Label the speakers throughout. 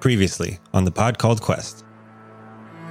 Speaker 1: Previously on the pod called Quest.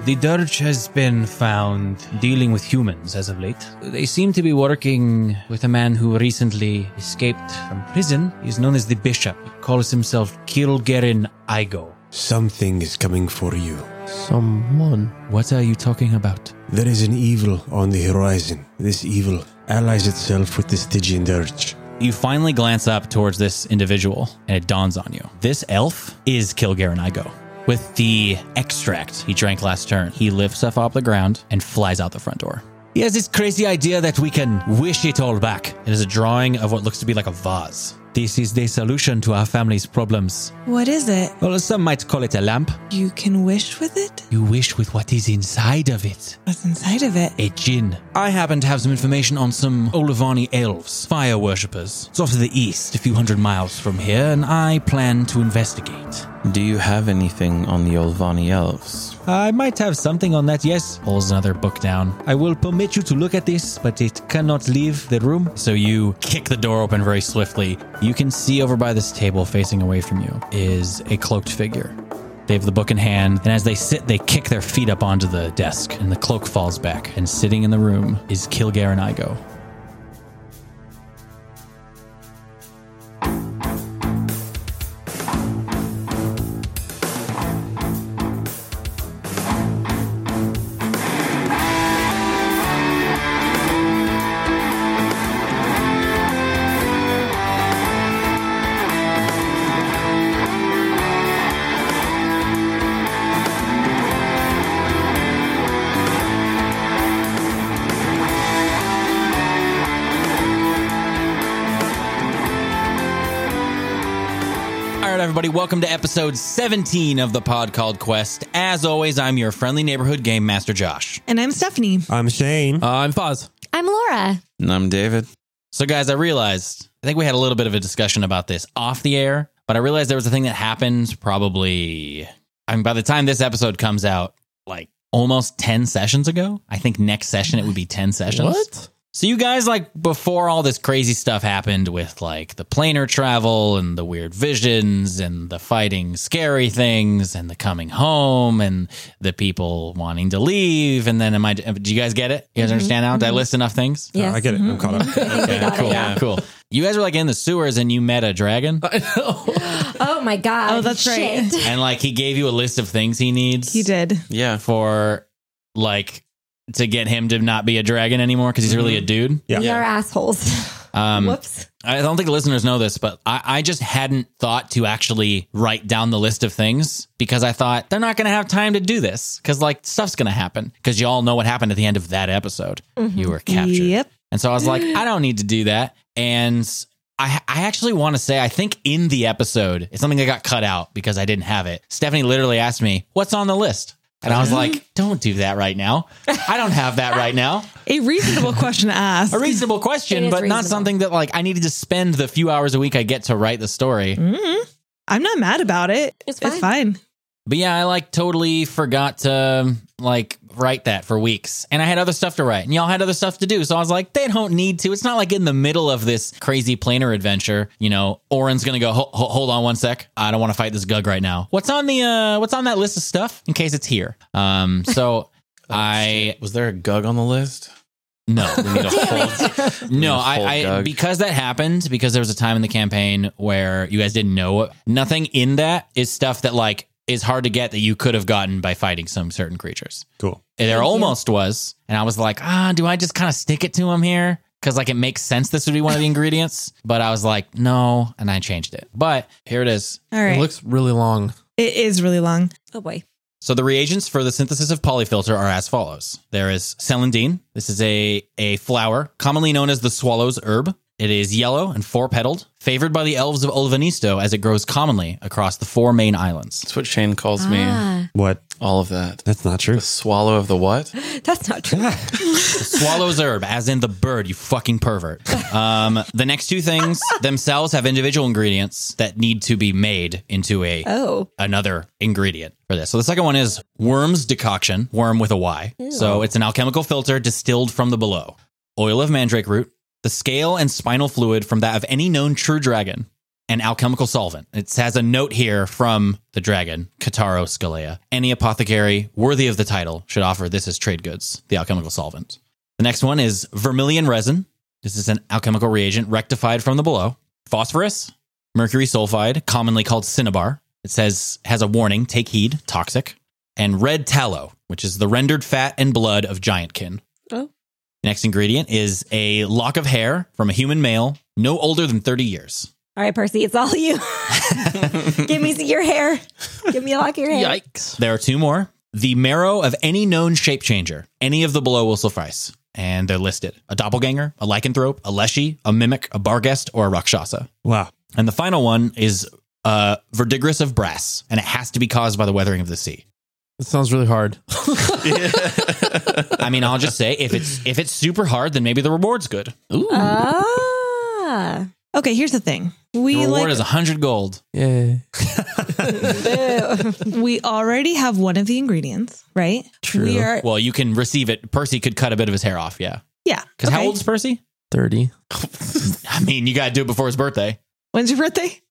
Speaker 2: The Dirge has been found dealing with humans as of late. They seem to be working with a man who recently escaped from prison. He's known as the Bishop. He calls himself Kilgerin Igo.
Speaker 3: Something is coming for you.
Speaker 4: Someone.
Speaker 2: What are you talking about?
Speaker 3: There is an evil on the horizon. This evil allies itself with the Stygian Dirge.
Speaker 2: You finally glance up towards this individual, and it dawns on you. This elf is Kilgarin Igo. With the extract he drank last turn, he lifts up off the ground and flies out the front door. He has this crazy idea that we can wish it all back. It is a drawing of what looks to be like a vase. This is the solution to our family's problems.
Speaker 5: What is it?
Speaker 2: Well, some might call it a lamp.
Speaker 5: You can wish with it?
Speaker 2: You wish with what is inside of it.
Speaker 5: What's inside of it?
Speaker 2: A djinn. I happen to have some information on some Olivani elves, fire worshippers. It's off to the east, a few hundred miles from here, and I plan to investigate.
Speaker 4: Do you have anything on the Olvani elves?
Speaker 2: I might have something on that, yes. Pulls another book down. I will permit you to look at this, but it cannot leave the room. So you kick the door open very swiftly. You can see over by this table, facing away from you, is a cloaked figure. They have the book in hand, and as they sit, they kick their feet up onto the desk, and the cloak falls back. And sitting in the room is Kilgaren Igo. All right, everybody, welcome to episode 17 of the pod called Quest. As always, I'm your friendly neighborhood game master, Josh.
Speaker 5: And I'm Stephanie.
Speaker 1: I'm Shane.
Speaker 2: I'm Foz.
Speaker 6: I'm Laura.
Speaker 4: And I'm David.
Speaker 2: So, guys, I realized, I think we had a little bit of a discussion about this off the air, but I realized there was a thing that happened probably, I mean, by the time this episode comes out, like almost 10 sessions ago. I think next session it would be 10 sessions. So, you guys, like, before all this crazy stuff happened with like the planar travel and the weird visions and the fighting scary things and the coming home and the people wanting to leave. And then, am I, do you guys get it? You guys understand now? Did I list enough things?
Speaker 1: Uh, I get it.
Speaker 6: mm-hmm,
Speaker 1: I'm caught up.
Speaker 2: Yeah, cool, cool. You guys were like in the sewers and you met a dragon,
Speaker 6: Oh my god.
Speaker 5: Oh, that's right.
Speaker 6: Shit.
Speaker 2: and like he gave you a list of things he needs.
Speaker 5: He did.
Speaker 4: Yeah.
Speaker 2: for like to get him to not be a dragon anymore because he's really a dude.
Speaker 1: Yeah.
Speaker 6: You're assholes.
Speaker 2: Um,
Speaker 6: Whoops.
Speaker 2: I don't think the listeners know this, but I, I just hadn't thought to actually write down the list of things because I thought they're not going to have time to do this because like stuff's going to happen because you all know what happened at the end of that episode.
Speaker 5: Mm-hmm.
Speaker 2: You were captured.
Speaker 5: Yep.
Speaker 2: And so I was like, I don't need to do that. And I, I actually want to say, I think in the episode, it's something that got cut out because I didn't have it. Stephanie literally asked me, What's on the list? And I was
Speaker 6: Uh-huh.
Speaker 2: like, Don't do that right now. I don't have that right now.
Speaker 5: A reasonable question to ask.
Speaker 2: A reasonable question,
Speaker 6: It is
Speaker 2: but not
Speaker 6: reasonable.
Speaker 2: something that like I needed to spend the few hours a week I get to write the story.
Speaker 5: Mm-hmm. I'm not mad about it.
Speaker 6: It's
Speaker 5: It's fine.
Speaker 2: But yeah, I like totally forgot to like write that for weeks. And I had other stuff to write, and y'all had other stuff to do. So I was like, they don't need to. It's not like in the middle of this crazy planar adventure, you know, Oren's gonna go, "Ho- ho- hold on one sec. I don't want to fight this gug right now. What's on the uh what's on that list of stuff in case it's here? Um so I
Speaker 4: Was there a gug on the list?
Speaker 2: no.
Speaker 4: We need a whole-
Speaker 2: No,
Speaker 4: Full
Speaker 2: I, I
Speaker 4: gug.
Speaker 2: because that happened because there was a time in the campaign where you guys didn't know what- nothing in that is stuff that like is hard to get that you could have gotten by fighting some certain creatures.
Speaker 1: Cool.
Speaker 2: And there almost was, and I was like, ah, do I just kind of stick it to him here? Because like it makes sense this would be one of the ingredients, but I was like, no, and I changed it. But here it is.
Speaker 5: All right.
Speaker 7: It looks really long.
Speaker 5: it is really long.
Speaker 6: Oh boy.
Speaker 2: So the reagents for the synthesis of polyfilter are as follows. There is celandine. This is a, a flower, commonly known as the swallow's herb. It is yellow and four petaled, favored by the elves of Olvanisto as it grows commonly across the four main islands.
Speaker 4: That's what Shane calls me.
Speaker 6: Ah,
Speaker 1: What?
Speaker 4: All of that.
Speaker 1: That's not true.
Speaker 4: The swallow of the what?
Speaker 6: Ah, that's not true.
Speaker 2: The swallow's herb, as in the bird, you fucking pervert. Um, the next two things themselves have individual ingredients that need to be made into a
Speaker 6: Oh.
Speaker 2: another ingredient for this. So the second one is worm's decoction, worm with a Y. So it's an alchemical filter distilled from the below. Oil of mandrake root, the scale and spinal fluid from that of any known true dragon, an alchemical solvent. It has a note here from the dragon, Kataro Scalea. Any apothecary worthy of the title should offer this as trade goods, the alchemical solvent. The next one is vermilion resin. This is an alchemical reagent rectified from the below. Phosphorus, mercury sulfide, commonly called cinnabar. It says has a warning, take heed, toxic. And red tallow, which is the rendered fat and blood of giantkin.
Speaker 6: Oh.
Speaker 2: Next ingredient is a lock of hair from a human male no older than 30 years.
Speaker 6: All right, Percy, it's all you. Give me your hair. Give me a lock of your hair.
Speaker 4: Yikes.
Speaker 2: There are two more. The marrow of any known shape changer. Any of the below will suffice. And they're listed a doppelganger, a lycanthrope, a leshy, a mimic, a barghest, or a rakshasa.
Speaker 1: Wow.
Speaker 2: And the final one is uh, verdigris of brass, and it has to be caused by the weathering of the sea.
Speaker 7: It sounds really hard.
Speaker 2: I mean, I'll just say if it's if it's super hard, then maybe the reward's good.
Speaker 7: Ooh.
Speaker 6: Ah.
Speaker 5: Okay, here's the thing.
Speaker 2: The
Speaker 5: We
Speaker 2: reward
Speaker 5: like
Speaker 2: is hundred gold.
Speaker 7: Yay.
Speaker 5: we already have one of the ingredients, right?
Speaker 7: True.
Speaker 5: We are
Speaker 2: Well, you can receive it. Percy could cut a bit of his hair off. Yeah,
Speaker 5: yeah.
Speaker 2: because how
Speaker 5: okay.
Speaker 2: old's Percy?
Speaker 7: 30.
Speaker 2: I mean, you got to do it before his birthday.
Speaker 5: When's your birthday?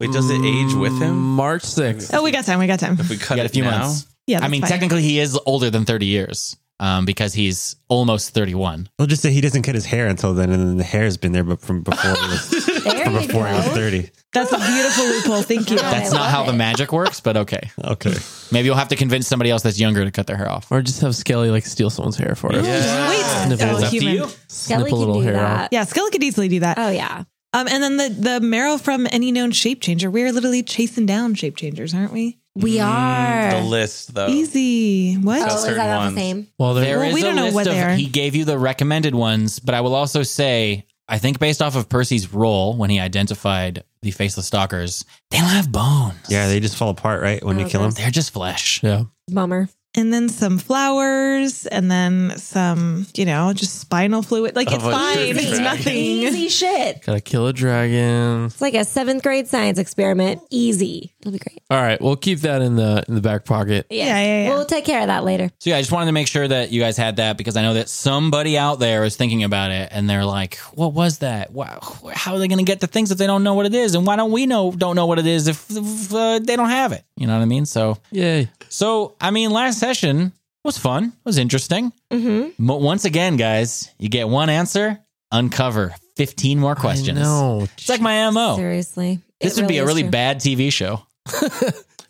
Speaker 4: Wait, does it age with him?
Speaker 7: March 6th.
Speaker 5: Oh, we got time. We got time.
Speaker 4: If we cut
Speaker 2: You got
Speaker 4: it
Speaker 2: a few
Speaker 4: now?
Speaker 2: months.
Speaker 5: Yeah.
Speaker 2: I
Speaker 5: that's
Speaker 2: mean,
Speaker 5: fine.
Speaker 2: technically, he is older than 30 years um, because he's almost 31.
Speaker 1: We'll just say he doesn't cut his hair until then, and then the hair's been there but from before he was,
Speaker 6: There
Speaker 1: from
Speaker 6: you
Speaker 1: before he was
Speaker 6: go.
Speaker 1: thirty.
Speaker 5: that's a beautiful loophole. Thank you.
Speaker 6: Yeah.
Speaker 2: That's
Speaker 6: I
Speaker 2: not
Speaker 6: love
Speaker 2: how the
Speaker 6: it.
Speaker 2: magic works, but okay.
Speaker 1: Okay.
Speaker 2: Maybe you'll have to convince somebody else that's younger to cut their hair off.
Speaker 7: Or just have Skelly like steal someone's hair for us.
Speaker 4: Yeah.
Speaker 5: Wait,
Speaker 7: Snip it.
Speaker 5: oh,
Speaker 7: It's up to
Speaker 5: human.
Speaker 2: you.
Speaker 7: Snip
Speaker 6: Skelly
Speaker 7: a
Speaker 6: can
Speaker 7: little
Speaker 6: do
Speaker 7: hair out.
Speaker 6: that.
Speaker 5: Yeah, Skella could easily do that.
Speaker 6: Oh yeah.
Speaker 5: Um, and then the the marrow from any known shape changer. We are literally chasing down shape changers, aren't we?
Speaker 6: We are.
Speaker 4: The list, though.
Speaker 5: Easy. What?
Speaker 6: oh,
Speaker 4: Just
Speaker 6: is
Speaker 4: certain
Speaker 6: that all
Speaker 4: ones.
Speaker 6: the same?
Speaker 7: Well, there,
Speaker 2: There
Speaker 5: Well,
Speaker 2: is
Speaker 5: we don't
Speaker 2: a
Speaker 5: know
Speaker 2: list
Speaker 5: what
Speaker 2: of,
Speaker 5: they are.
Speaker 2: He gave you the recommended ones, but I will also say, I think based off of Percy's role when he identified the faceless stalkers, they don't have bones.
Speaker 1: Yeah, they just fall apart, right? When you
Speaker 6: Oh,
Speaker 1: kill them.
Speaker 2: They're just flesh.
Speaker 7: Yeah.
Speaker 6: Bummer.
Speaker 5: And then some flowers, and then some, you know, just spinal fluid. Like
Speaker 4: Of
Speaker 5: it's
Speaker 4: a
Speaker 5: fine.
Speaker 4: sugar
Speaker 5: It's
Speaker 4: drag.
Speaker 5: nothing.
Speaker 6: Easy shit.
Speaker 7: Gotta kill a dragon.
Speaker 6: It's like a seventh grade science experiment. Easy. It'll be great.
Speaker 7: All right. We'll keep that in the in the back pocket.
Speaker 6: Yeah.
Speaker 5: Yeah, yeah, yeah.
Speaker 6: We'll take care of that later.
Speaker 2: So yeah, I just wanted to make sure that you guys had that because I know that somebody out there is thinking about it and they're like, "What was that? Wow, how are they going to get the things if they don't know what it is? And why don't we know don't know what it is if, if uh, they don't have it? You know what I mean? So
Speaker 7: Yay.
Speaker 2: so I mean, last session was fun, was interesting.
Speaker 6: Mm-hmm.
Speaker 2: But once again, guys, you get one answer, uncover fifteen more questions.
Speaker 7: No.
Speaker 2: It's like my mo.
Speaker 6: Seriously.
Speaker 2: This
Speaker 6: It
Speaker 2: would be a
Speaker 6: is
Speaker 2: really
Speaker 6: true.
Speaker 2: bad TV show.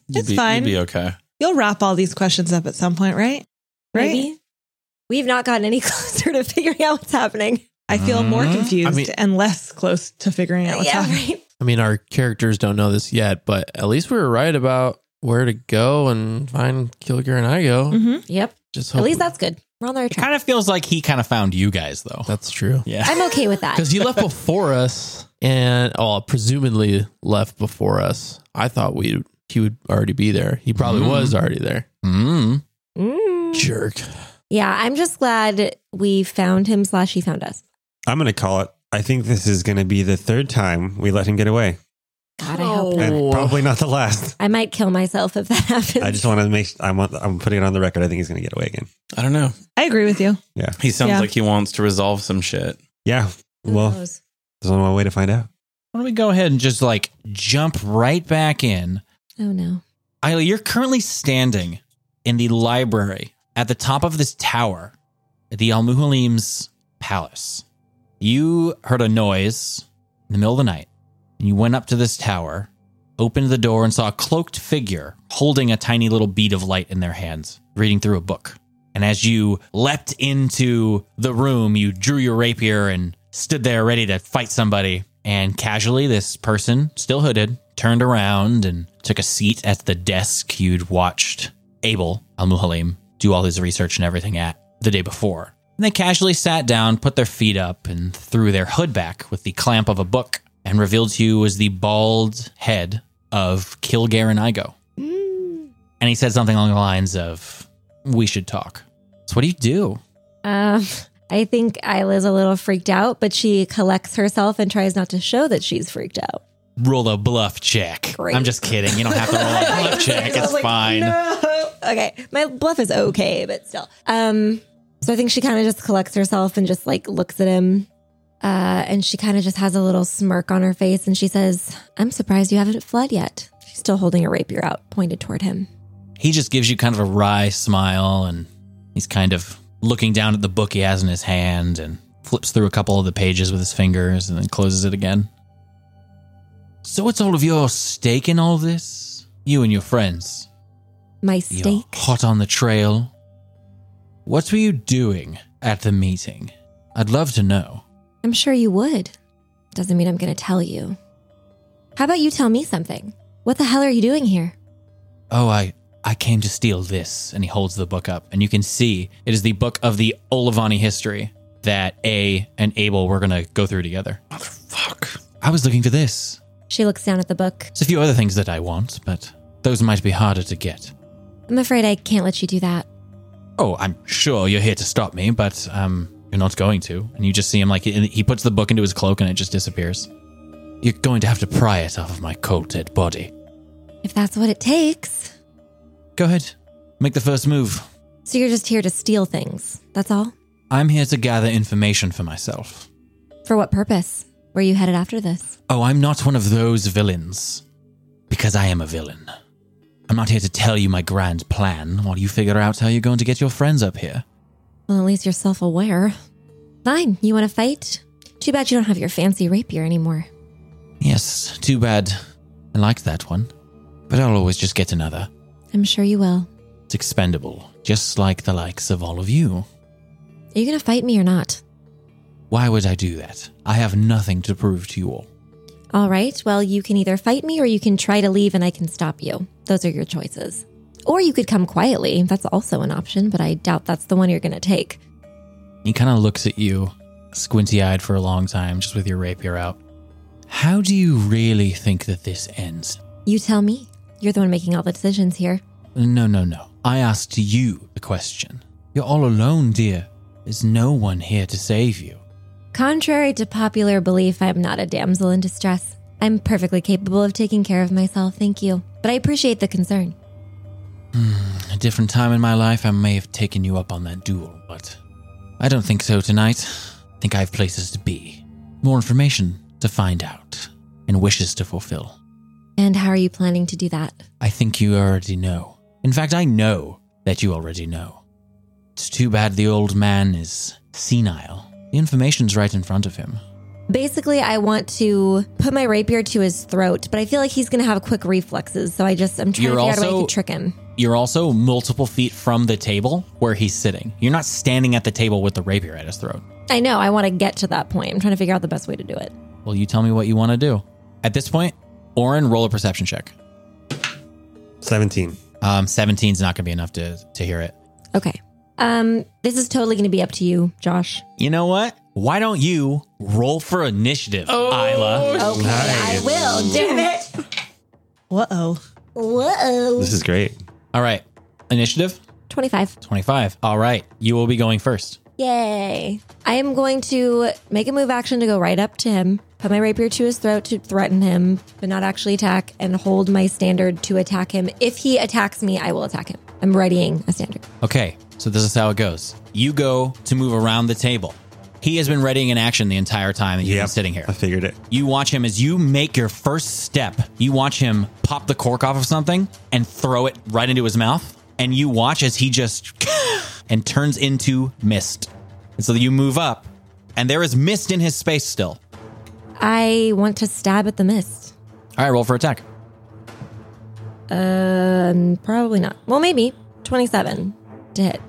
Speaker 4: You'd
Speaker 5: It's
Speaker 4: be,
Speaker 5: fine.
Speaker 4: You'd be okay.
Speaker 5: You'll wrap all these questions up at some point, right? Right.
Speaker 6: Maybe. We've not gotten any closer to figuring out what's happening.
Speaker 5: I feel more confused
Speaker 7: mean-
Speaker 5: and less close to figuring out what's
Speaker 6: yeah,
Speaker 5: happening.
Speaker 6: right.
Speaker 7: I mean, our characters don't know this yet, but at least we were right about where to go and find Kilger and I go.
Speaker 5: hmm
Speaker 6: Yep.
Speaker 7: Just
Speaker 6: Mm-hmm.
Speaker 7: hope
Speaker 6: At least that's good. We're on the right
Speaker 2: It
Speaker 6: track.
Speaker 2: kind of feels like he kind of found you guys though.
Speaker 7: that's true.
Speaker 2: Yeah.
Speaker 6: I'm okay with that.
Speaker 7: Because he left before us, and oh, presumably left before us. I thought we he would already be there. He probably
Speaker 2: Mhm.
Speaker 7: was already there.
Speaker 2: Mm.
Speaker 6: Mm.
Speaker 7: Mm-hmm. Jerk.
Speaker 6: Yeah, I'm just glad we found him slash he found us.
Speaker 1: I'm gonna call it. I think this is gonna be the third time we let him get away,
Speaker 6: God, I hope not.
Speaker 7: Oh.
Speaker 1: and probably not the last.
Speaker 6: I might kill myself if that happens.
Speaker 1: I just want to make. I want. I'm putting it on the record. I think he's gonna get away again.
Speaker 4: I don't know.
Speaker 5: I agree with you.
Speaker 4: He sounds
Speaker 5: Yeah.
Speaker 4: like he wants to resolve some shit.
Speaker 1: Yeah.
Speaker 6: Who
Speaker 1: Well,
Speaker 6: knows?
Speaker 1: there's only one way to find out.
Speaker 2: Why don't we go ahead and just like jump right back in?
Speaker 6: oh no.
Speaker 2: Isla, you're currently standing in the library at the top of this tower at the Al Muhalim's palace. You heard a noise in the middle of the night, and you went up to this tower, opened the door, and saw a cloaked figure holding a tiny little bead of light in their hands, reading through a book. And as you leapt into the room, you drew your rapier and stood there ready to fight somebody. And casually, this person, still hooded, turned around and took a seat at the desk you'd watched Abel Al Muhalim do all his research and everything at the day before. And they casually sat down, put their feet up, and threw their hood back with the clamp of a book and revealed to you was the bald head of Kilgaren Igo. And he said something along the lines of, We should talk. So, what do you do?
Speaker 6: Um, I think Isla's a little freaked out, but she collects herself and tries not to show that she's freaked out.
Speaker 2: Roll a bluff check.
Speaker 6: Great.
Speaker 2: I'm just kidding. You don't have to roll a bluff check.
Speaker 6: I
Speaker 2: It's
Speaker 6: was like,
Speaker 2: fine.
Speaker 6: "No." Okay, my bluff is okay, but still. Um, so I think she kind of just collects herself and just like looks at him. Uh, and she kind of just has a little smirk on her face and she says, I'm surprised you haven't fled yet. She's still holding a rapier out, pointed toward him.
Speaker 2: He just gives you kind of a wry smile and he's kind of looking down at the book he has in his hand and flips through a couple of the pages with his fingers and then closes it again. So it's all of your stake in all this? You and your friends.
Speaker 6: My
Speaker 2: You're
Speaker 6: stake.
Speaker 2: hot on the trail. What were you doing at the meeting? I'd love to know.
Speaker 6: I'm sure you would. Doesn't mean I'm going to tell you. How about you tell me something? What the hell are you doing here?
Speaker 2: Oh, I I came to steal this, and he holds the book up, and you can see it is the book of the Olivani history that A and Abel were gonna go through together.
Speaker 4: Motherfuck.
Speaker 2: I was looking for this.
Speaker 6: She looks down at the book.
Speaker 2: There's a few other things that I want, but those might be harder to get.
Speaker 6: I'm afraid I can't let you do that.
Speaker 2: Oh, I'm sure you're here to stop me, but um, you're not going to. And you just see him like and he puts the book into his cloak, and it just disappears. You're going to have to pry it off of my cold dead body.
Speaker 6: If that's what it takes.
Speaker 2: Go ahead, make the first move.
Speaker 6: So you're just here to steal things. That's all?
Speaker 2: I'm here to gather information for myself.
Speaker 6: For what purpose? Were you headed after this?
Speaker 2: Oh, I'm not one of those villains. Because I am a villain. I'm not here to tell you my grand plan while you figure out how you're going to get your friends up here.
Speaker 6: Well, at least you're self aware. Fine. You want to fight? Too bad you don't have your fancy rapier anymore.
Speaker 2: Yes, too bad. I liked that one. But I'll always just get another.
Speaker 6: I'm sure you will.
Speaker 2: It's expendable, just like the likes of all of you.
Speaker 6: Are you going to fight me or not?
Speaker 2: Why would I do that? I have nothing to prove to you all.
Speaker 6: All right. Well, you can either fight me or you can try to leave and I can stop you. Those are your choices. Or you could come quietly. That's also an option, but I doubt that's the one you're going to take.
Speaker 2: He kind of looks at you, squinty eyed for a long time, just with your rapier out. How do you really think that this ends?
Speaker 6: You tell me. You're the one making all the decisions here.
Speaker 2: No, no, no. I asked you the question. You're all alone, dear. There's no one here to save you.
Speaker 6: Contrary to popular belief, I'm not a damsel in distress. I'm perfectly capable of taking care of myself, thank you. But I appreciate the concern.
Speaker 2: A different time in my life, I may have taken you up on that duel, but I don't think so tonight. I think I have places to be, more information to find out, and wishes to fulfill.
Speaker 6: And how are you planning to do that?
Speaker 2: I think you already know. In fact, I know that you already know. It's too bad the old man is senile. The information's right in front of him.
Speaker 6: Basically, I want to put my rapier to his throat, but I feel like he's going to have quick reflexes, so I just I'm trying
Speaker 2: You're
Speaker 6: to figure out a way
Speaker 2: also-
Speaker 6: to trick him.
Speaker 2: You're also multiple feet from the table where he's sitting. You're not standing at the table with the rapier at his throat.
Speaker 6: I know I want to get to that point. I'm trying to figure out the best way to do it.
Speaker 2: Well, you tell me what you want to do. At this point, Oren, roll a perception check.
Speaker 1: 17.
Speaker 2: Um, 17's not going to be enough to, to hear it.
Speaker 6: Okay. Um, this is totally going to be up to you, Josh.
Speaker 2: You know what? Why don't you roll for initiative, Isla?
Speaker 6: Okay, I will. Damn it.
Speaker 5: Uh oh.
Speaker 6: Whoa.
Speaker 1: This is great.
Speaker 2: All right. Initiative
Speaker 6: 25.
Speaker 2: 25. All right. You will be going first.
Speaker 6: Yay. I am going to make a move action to go right up to him, put my rapier to his throat to threaten him, but not actually attack, and hold my standard to attack him. If he attacks me, I will attack him. I'm readying a standard.
Speaker 2: Okay, so this is how it goes. You go to move around the table. He has been readying an action the entire time that you've been
Speaker 1: Yep.
Speaker 2: sitting here.
Speaker 1: I figured it.
Speaker 2: You watch him as you make your first step. You watch him pop the cork off of something and throw it right into his mouth. And you watch as he just and turns into mist. And so you move up, and there is mist in his space still.
Speaker 6: I want to stab at the mist.
Speaker 2: All right, roll for attack.
Speaker 6: Um, probably not. Well, maybe 27 to hit.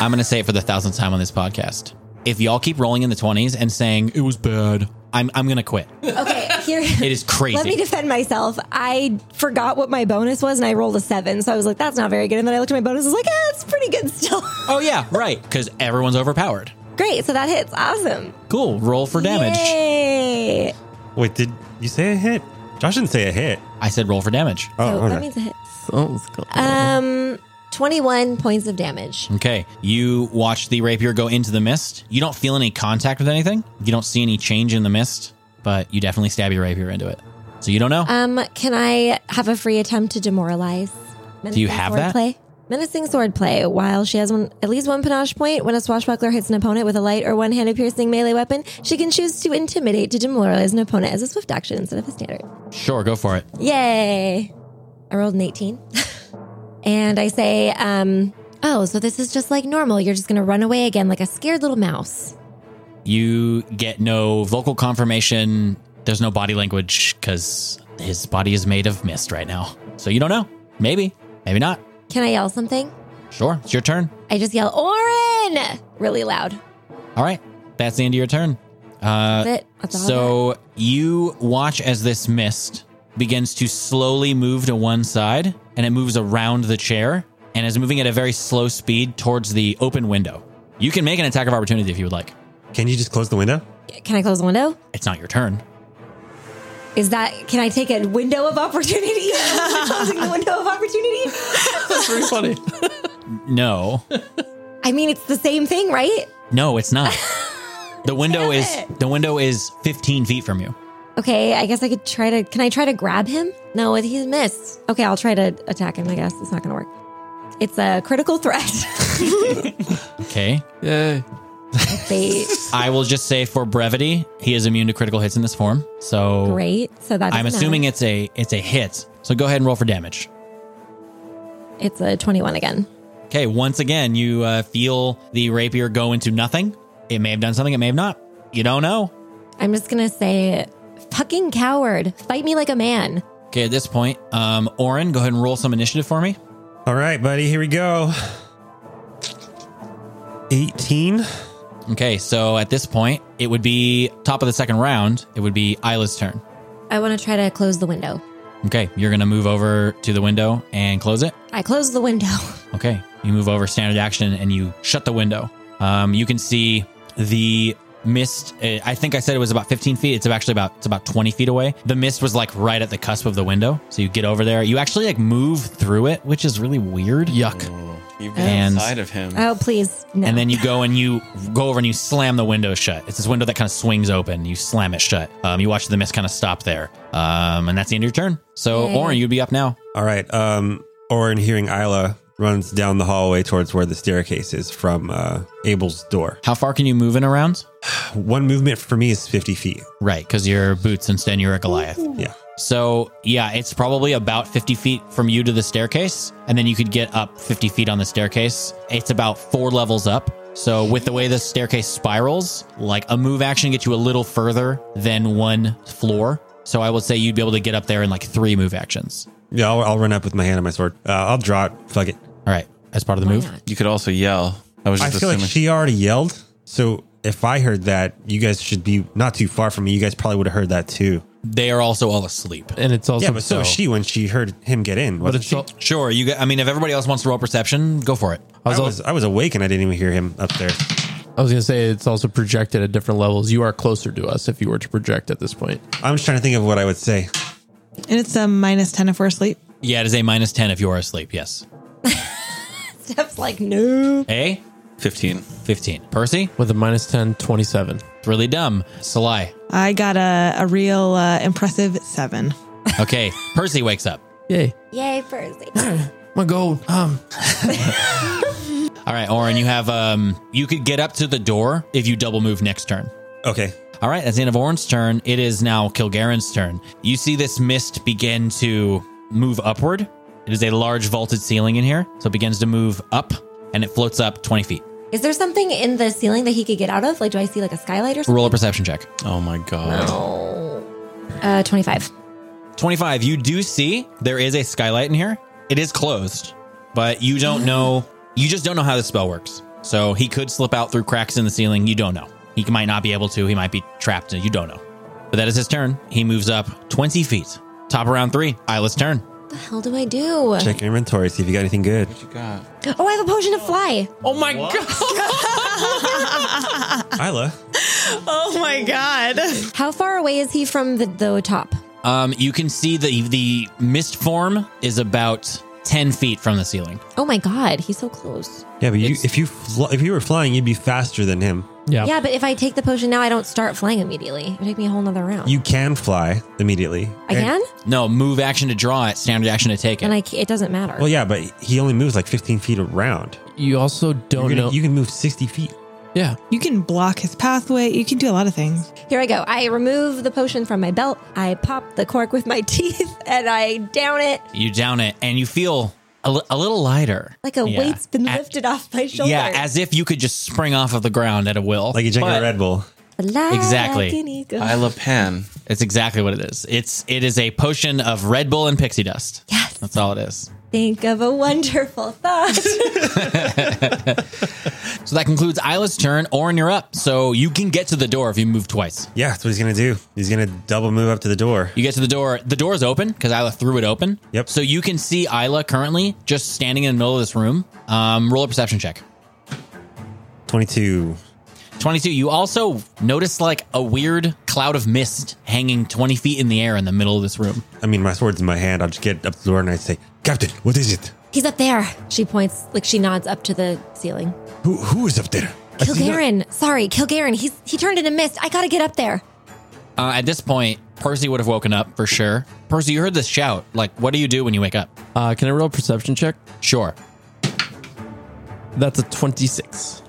Speaker 2: I'm going to say it for the thousandth time on this podcast. If y'all keep rolling in the 20s and saying, it was bad, I'm, I'm going to quit.
Speaker 6: Okay, here.
Speaker 2: It is crazy.
Speaker 6: Let me defend myself. I forgot what my bonus was and I rolled a seven. So I was like, that's not very good. And then I looked at my bonus and was like, ah, it's pretty good still.
Speaker 2: Oh yeah, right. Because everyone's overpowered.
Speaker 6: Great. So that hits. Awesome.
Speaker 2: Cool. Roll for damage.
Speaker 6: Yay.
Speaker 1: Wait, did you say a hit? Josh didn't say a hit.
Speaker 2: I said roll for damage.
Speaker 1: Oh,
Speaker 6: so
Speaker 1: okay.
Speaker 6: that means it hits.
Speaker 7: Oh, let's go.
Speaker 6: Um, 21 points of damage.
Speaker 2: Okay. You watch the rapier go into the mist. You don't feel any contact with anything. You don't see any change in the mist, but you definitely stab your rapier into it.
Speaker 6: Uh,
Speaker 2: So you don't know.
Speaker 6: Um, can I have a free attempt to demoralize?
Speaker 2: Do you have that?
Speaker 6: Play? Menacing swordplay. While she has one, at least one panache point, when a swashbuckler hits an opponent with a light or one-handed piercing melee weapon, she can choose to intimidate to demoralize an opponent as a swift action instead of a standard.
Speaker 2: Sure, go for it.
Speaker 6: Yay! I rolled an 18. and I say, um, oh, so this is just like normal. You're just going to run away again like a scared little mouse.
Speaker 2: You get no vocal confirmation. There's no body language because his body is made of mist right now. So you don't know. Maybe, maybe not.
Speaker 6: Can I yell something?
Speaker 2: Sure, it's your turn.
Speaker 6: I just yell, Orin! Really loud.
Speaker 2: All right, that's the end of your turn. Uh,
Speaker 6: That's it. That's all I got.
Speaker 2: So you watch as this mist begins to slowly move to one side and it moves around the chair and is moving at a very slow speed towards the open window. You can make an attack of opportunity if you would like.
Speaker 1: Can you just close the window?
Speaker 6: Can I close the window?
Speaker 2: It's not your turn.
Speaker 6: Is that, can I take a window of opportunity? Closing the window of opportunity?
Speaker 4: Pretty funny.
Speaker 2: No.
Speaker 6: I mean, it's the same thing, right?
Speaker 2: No, it's not. The window
Speaker 6: Damn
Speaker 2: is
Speaker 6: it.
Speaker 2: the window is 15 feet from you.
Speaker 6: Okay, I guess I could try to, can I try to grab him? No, he's missed. Okay, I'll try to attack him, I guess. It's not going to work. It's a critical threat.
Speaker 2: Okay.
Speaker 7: Yay.
Speaker 6: Bait.
Speaker 2: I will just say for brevity, he is immune to critical hits in this form. So
Speaker 6: Great. So that's.
Speaker 2: I'm assuming it's a it's a hit. So go ahead and roll for damage.
Speaker 6: it's a 21 again.
Speaker 2: Okay, once again, you uh, feel the rapier go into nothing. It may have done something, it may have not. You don't know.
Speaker 6: I'm just gonna say, fucking coward, fight me like a man.
Speaker 2: Okay, at this point, um, Oren, go ahead and roll some initiative for me.
Speaker 1: All right, buddy, here we go. 18.
Speaker 2: Okay, so at this point, it would be top of the second round. It would be Isla's turn.
Speaker 6: I want to try to close the window.
Speaker 2: Okay, you're gonna move over to the window and close it.
Speaker 6: I close the window.
Speaker 2: Okay, you move over standard action and you shut the window. Um, you can see the mist. uh, I think I said it was about 15 feet. It's actually about it's about 20 feet away. The mist was like right at the cusp of the window. So you get over there. You actually like move through it, which is really weird.
Speaker 7: Yuck.
Speaker 4: You've been
Speaker 2: And-
Speaker 4: inside of him.
Speaker 6: Oh please, no.
Speaker 2: And then you go and you go over and you slam the window shut. It's this window that kind of swings open. You slam it shut. Um, you watch the mist kind of stop there. Um, and that's the end of your turn. So,
Speaker 6: Yay.
Speaker 2: Oren, you'd be up now.
Speaker 1: All right. Um, Orin, hearing Isla, runs down the hallway towards where the staircase is from uh, Abel's door.
Speaker 2: How far can you move in a round?
Speaker 1: One movement for me is 50 feet.
Speaker 2: Right, because you're boots instead you're a Goliath.
Speaker 1: Yeah.
Speaker 2: So yeah, it's probably about 50 feet from you to the staircase, and then you could get up 50 feet on the staircase. It's about four levels up. So with the way the staircase spirals, like a move action gets you a little further than one floor. So I would say you'd be able to get up there in like three move actions.
Speaker 1: Yeah, I'll, I'll run up with my hand on my sword. Uh, I'll draw it. Fuck it.
Speaker 2: All right, as part of the
Speaker 6: Why
Speaker 2: move.
Speaker 6: not?
Speaker 4: you could also yell. I was
Speaker 1: I
Speaker 4: just
Speaker 1: feel like
Speaker 4: assuming.
Speaker 1: she already yelled. So if I heard that, you guys should be not too far from me. You guys probably would have heard that too.
Speaker 2: They are also all asleep.
Speaker 7: And it's also
Speaker 1: Yeah, but so was she when she heard him get in.
Speaker 7: But
Speaker 1: Wasn't
Speaker 7: it's
Speaker 1: she?
Speaker 7: al-
Speaker 2: Sure, you. Get, I mean, if everybody else wants to roll perception, go for it.
Speaker 7: I was,
Speaker 1: I
Speaker 7: al-
Speaker 1: was, I was awake and I didn't even hear him up there.
Speaker 7: I was gonna say it's also projected at different levels. You are closer to us if you were to project at this point.
Speaker 1: I'm just trying to think of what I would say.
Speaker 5: And it's a minus 10 if we're asleep.
Speaker 2: Yeah, it is a minus ten if you are asleep. Yes.
Speaker 6: Steph's like, no.
Speaker 2: A
Speaker 4: 15.
Speaker 2: 15. Percy,
Speaker 7: With a minus 10, 27.
Speaker 2: it's really dumb. Salai.
Speaker 5: I got a, a real uh, impressive seven.
Speaker 2: Okay, Percy wakes up.
Speaker 7: Yay.
Speaker 6: Yay, Percy.
Speaker 7: My gold. Um
Speaker 2: All right, Oren, you have um you could get up to the door if you double move next turn.
Speaker 1: Okay.
Speaker 2: All right, that's the end of Oren's turn. It is now Kilgaren's turn. You see this mist begin to move upward. It is a large vaulted ceiling in here, so it begins to move up and it floats up 20 feet.
Speaker 6: Is there something in the ceiling that he could get out of? Like, do I see like a skylight or something?
Speaker 2: Roll a perception check.
Speaker 4: Oh my god.
Speaker 6: Uh, twenty-five.
Speaker 2: 25, you do see there is a skylight in here. It is closed, but you don't know. You just don't know how the spell works. So he could slip out through cracks in the ceiling. You don't know. He might not be able to. He might be trapped. You don't know. But that is his turn. He moves up 20 feet. Top of round three. Isla's turn.
Speaker 6: What the hell do I do?
Speaker 1: Check your inventory, see if you got anything good.
Speaker 4: What you got?
Speaker 6: Oh, I have a potion to fly.
Speaker 2: Oh my God.
Speaker 1: Isla.
Speaker 5: Oh my God.
Speaker 6: How far away is he from the, the top?
Speaker 2: Um, you can see the, the mist form is about 10 feet from the ceiling.
Speaker 6: Oh my god, he's so close.
Speaker 1: Yeah, but you, if you fl- if you were flying, you'd be faster than him.
Speaker 7: Yeah.
Speaker 6: Yeah, but if I take the potion now, I don't start flying immediately. It would take me a whole nother round.
Speaker 1: You can fly immediately.
Speaker 6: I can?
Speaker 2: No, move action to draw it, standard action to take it.
Speaker 6: And I, ca- it doesn't matter.
Speaker 1: Well, yeah, but he only moves like 15 feet around.
Speaker 7: You also
Speaker 1: You're
Speaker 7: don't
Speaker 1: gonna-
Speaker 7: know.
Speaker 1: You can move 60 feet.
Speaker 7: yeah.
Speaker 5: You can block his pathway. You can do a lot of things.
Speaker 6: Here I go. I remove the potion from my belt. I pop the cork with my teeth and I down it
Speaker 2: you down it, and you feel a li- a little lighter.
Speaker 6: like a
Speaker 2: Yeah.
Speaker 6: weight's been
Speaker 2: At-
Speaker 6: lifted off my shoulder.
Speaker 2: Yeah, as if you could just spring off of the ground at a will.
Speaker 1: Like you drink a
Speaker 2: But
Speaker 1: Red Bull.
Speaker 6: Like
Speaker 2: Exactly.
Speaker 6: an eagle.
Speaker 4: Isla Pan.
Speaker 2: It's exactly what it is. It's it is a potion of Red Bull and pixie dust.
Speaker 6: Yes.
Speaker 2: That's all it is.
Speaker 6: Think of a wonderful thought.
Speaker 2: So that concludes Isla's turn. Orin, you're up. So you can get to the door if you move twice.
Speaker 1: Yeah, that's what he's going to do. He's going to double move up to the door.
Speaker 2: You get to the door. The door is open because Isla threw it open.
Speaker 1: Yep.
Speaker 2: So you can see Isla currently just standing in the middle of this room. Um, roll a perception check.
Speaker 1: 22.
Speaker 2: 22. You also notice like a weird cloud of mist hanging 20 feet in the air in the middle of this room.
Speaker 1: I mean, my sword's in my hand. I'll just get up to the door and I say, Captain, what is it?
Speaker 6: He's up there. She points, like she nods up to the ceiling.
Speaker 1: Who Who is up there?
Speaker 2: Uh,
Speaker 1: I see no-
Speaker 6: Kilgaren, sorry, Kilgaren. He's he turned into mist. I gotta get up there.
Speaker 2: Uh, at this point, Percy would have woken up for sure. Percy, you heard this shout. Like, what do you do when you wake up?
Speaker 7: Uh, can I roll a perception check?
Speaker 2: Sure.
Speaker 7: That's a 26.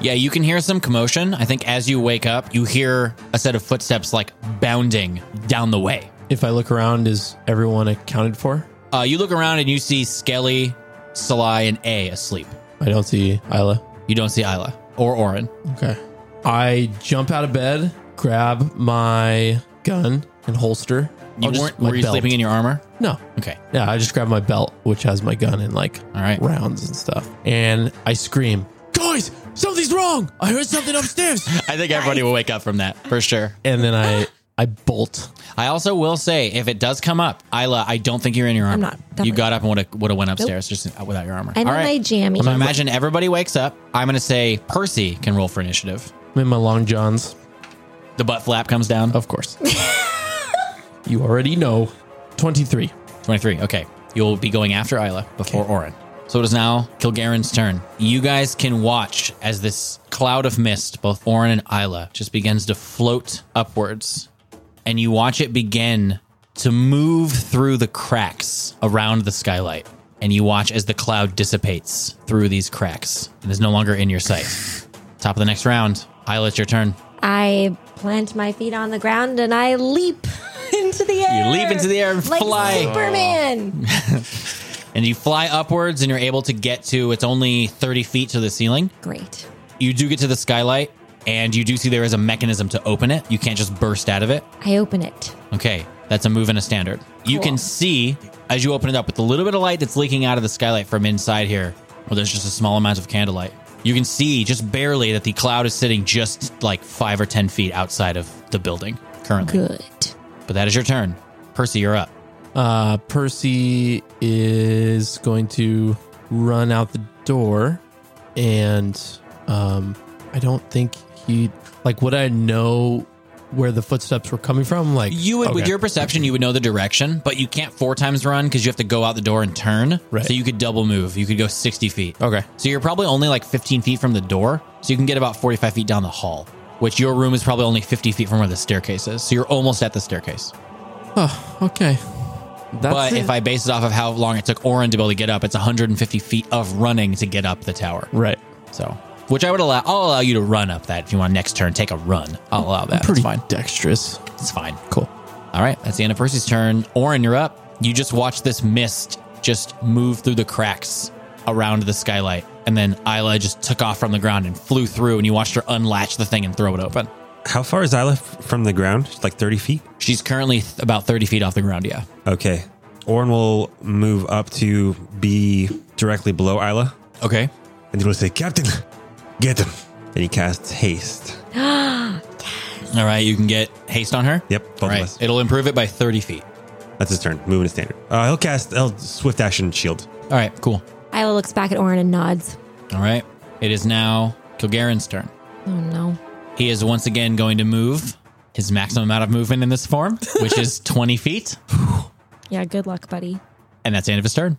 Speaker 2: Yeah, you can hear some commotion. I think as you wake up, you hear a set of footsteps like bounding down the way.
Speaker 7: If I look around, is everyone accounted for?
Speaker 2: Uh, you look around and you see Skelly, Salai, and A asleep.
Speaker 7: I don't see Isla.
Speaker 2: You don't see Isla or Orin.
Speaker 7: Okay. I jump out of bed, grab my gun and holster.
Speaker 2: You
Speaker 7: I'll just-
Speaker 2: weren't
Speaker 7: my
Speaker 2: were you
Speaker 7: belt.
Speaker 2: sleeping in your armor?
Speaker 7: No.
Speaker 2: Okay.
Speaker 7: Yeah, I just grab my belt, which has my gun and like
Speaker 2: All right.
Speaker 7: rounds and stuff. And I scream, Guys, something's wrong. I heard something upstairs.
Speaker 2: I think everybody will wake up from that for sure.
Speaker 7: and then I I bolt.
Speaker 2: I also will say, if it does come up, Isla, I don't think you're in your armor.
Speaker 6: not, definitely.
Speaker 2: You got up and would have would have went upstairs just without your armor.
Speaker 6: I'm
Speaker 2: All
Speaker 6: in my
Speaker 2: right.
Speaker 6: jammy.
Speaker 2: So imagine everybody wakes up. I'm going to say Percy can roll for initiative.
Speaker 7: I'm in my long johns.
Speaker 2: The butt flap comes down.
Speaker 7: Of course. you already know. 23.
Speaker 2: 23. Okay. You'll be going after Isla before Orin. So it is now Kilgaren's turn. You guys can watch as this cloud of mist, both Orin and Isla, just begins to float upwards. And you watch it begin to move through the cracks around the skylight. And you watch as the cloud dissipates through these cracks and is no longer in your sight. Top of the next round. Isla, it's your turn.
Speaker 6: I plant my feet on the ground and I leap into the air.
Speaker 2: leap into the air and
Speaker 6: like
Speaker 2: fly.
Speaker 6: Superman.
Speaker 2: And you fly upwards and you're able to get to, it's only 30 feet to the ceiling.
Speaker 6: Great.
Speaker 2: you do get to the skylight and you do see there is a mechanism to open it. You can't just burst out of it.
Speaker 6: I open it.
Speaker 2: Okay, that's a move and a standard. You can see as you open it up with a little bit of light that's leaking out of the skylight from inside here. Well, there's just a small amount of candlelight. You can see just barely that the cloud is sitting just like five or 10 feet outside of the building currently.
Speaker 6: Good.
Speaker 2: But that is your turn. Percy, you're up.
Speaker 7: Uh, Percy is going to run out the door, and um, I don't think he like. Would I know where the footsteps were coming from? Like
Speaker 2: You would, with
Speaker 7: okay.
Speaker 2: your perception, you would know the direction, but you can't four times run because you have to go out the door and turn.
Speaker 7: Right.
Speaker 2: So you could double move. You could go 60 feet.
Speaker 7: okay.
Speaker 2: So you're probably only like 15 feet from the door. So you can get about 45 feet down the hall, which your room is probably only 50 feet from where the staircase is. So you're almost at the staircase.
Speaker 7: Oh, okay. That's
Speaker 2: but
Speaker 7: it.
Speaker 2: if I base it off of how long it took Orin to be able to get up, it's 150 feet of running to get up the tower.
Speaker 7: right,
Speaker 2: So, which I would allow, I'll allow you to run up that if you want next turn. Take a run. I'll allow that.
Speaker 7: pretty
Speaker 2: it's fine.
Speaker 7: dexterous.
Speaker 2: It's fine.
Speaker 7: Cool.
Speaker 2: All right, that's the end of Percy's turn. Orin, you're up. You just watch this mist just move through the cracks around the skylight. And then Isla just took off from the ground and flew through, and you watched her unlatch the thing and throw it open.
Speaker 1: How far is Isla f- from the ground? She's like 30 feet?
Speaker 2: She's currently th- about 30 feet off the ground, yeah.
Speaker 1: Okay. Orin will move up to be directly below Isla.
Speaker 2: Okay.
Speaker 1: And he will say, Captain, get him. And he casts haste.
Speaker 2: All right, you can get haste on her.
Speaker 1: Yep, both
Speaker 2: All
Speaker 1: of
Speaker 2: right,
Speaker 1: us.
Speaker 2: it'll improve it by 30 feet.
Speaker 1: That's his turn. Moving to standard. Uh, he'll cast he'll swift action shield.
Speaker 2: All right, cool.
Speaker 6: Isla looks back at Orin and nods.
Speaker 2: All right, it is now Kilgaren's turn.
Speaker 6: Oh no.
Speaker 2: He is once again going to move his maximum amount of movement in this form, which is 20 feet.
Speaker 6: Yeah, good luck, buddy.
Speaker 2: And that's the end of his turn.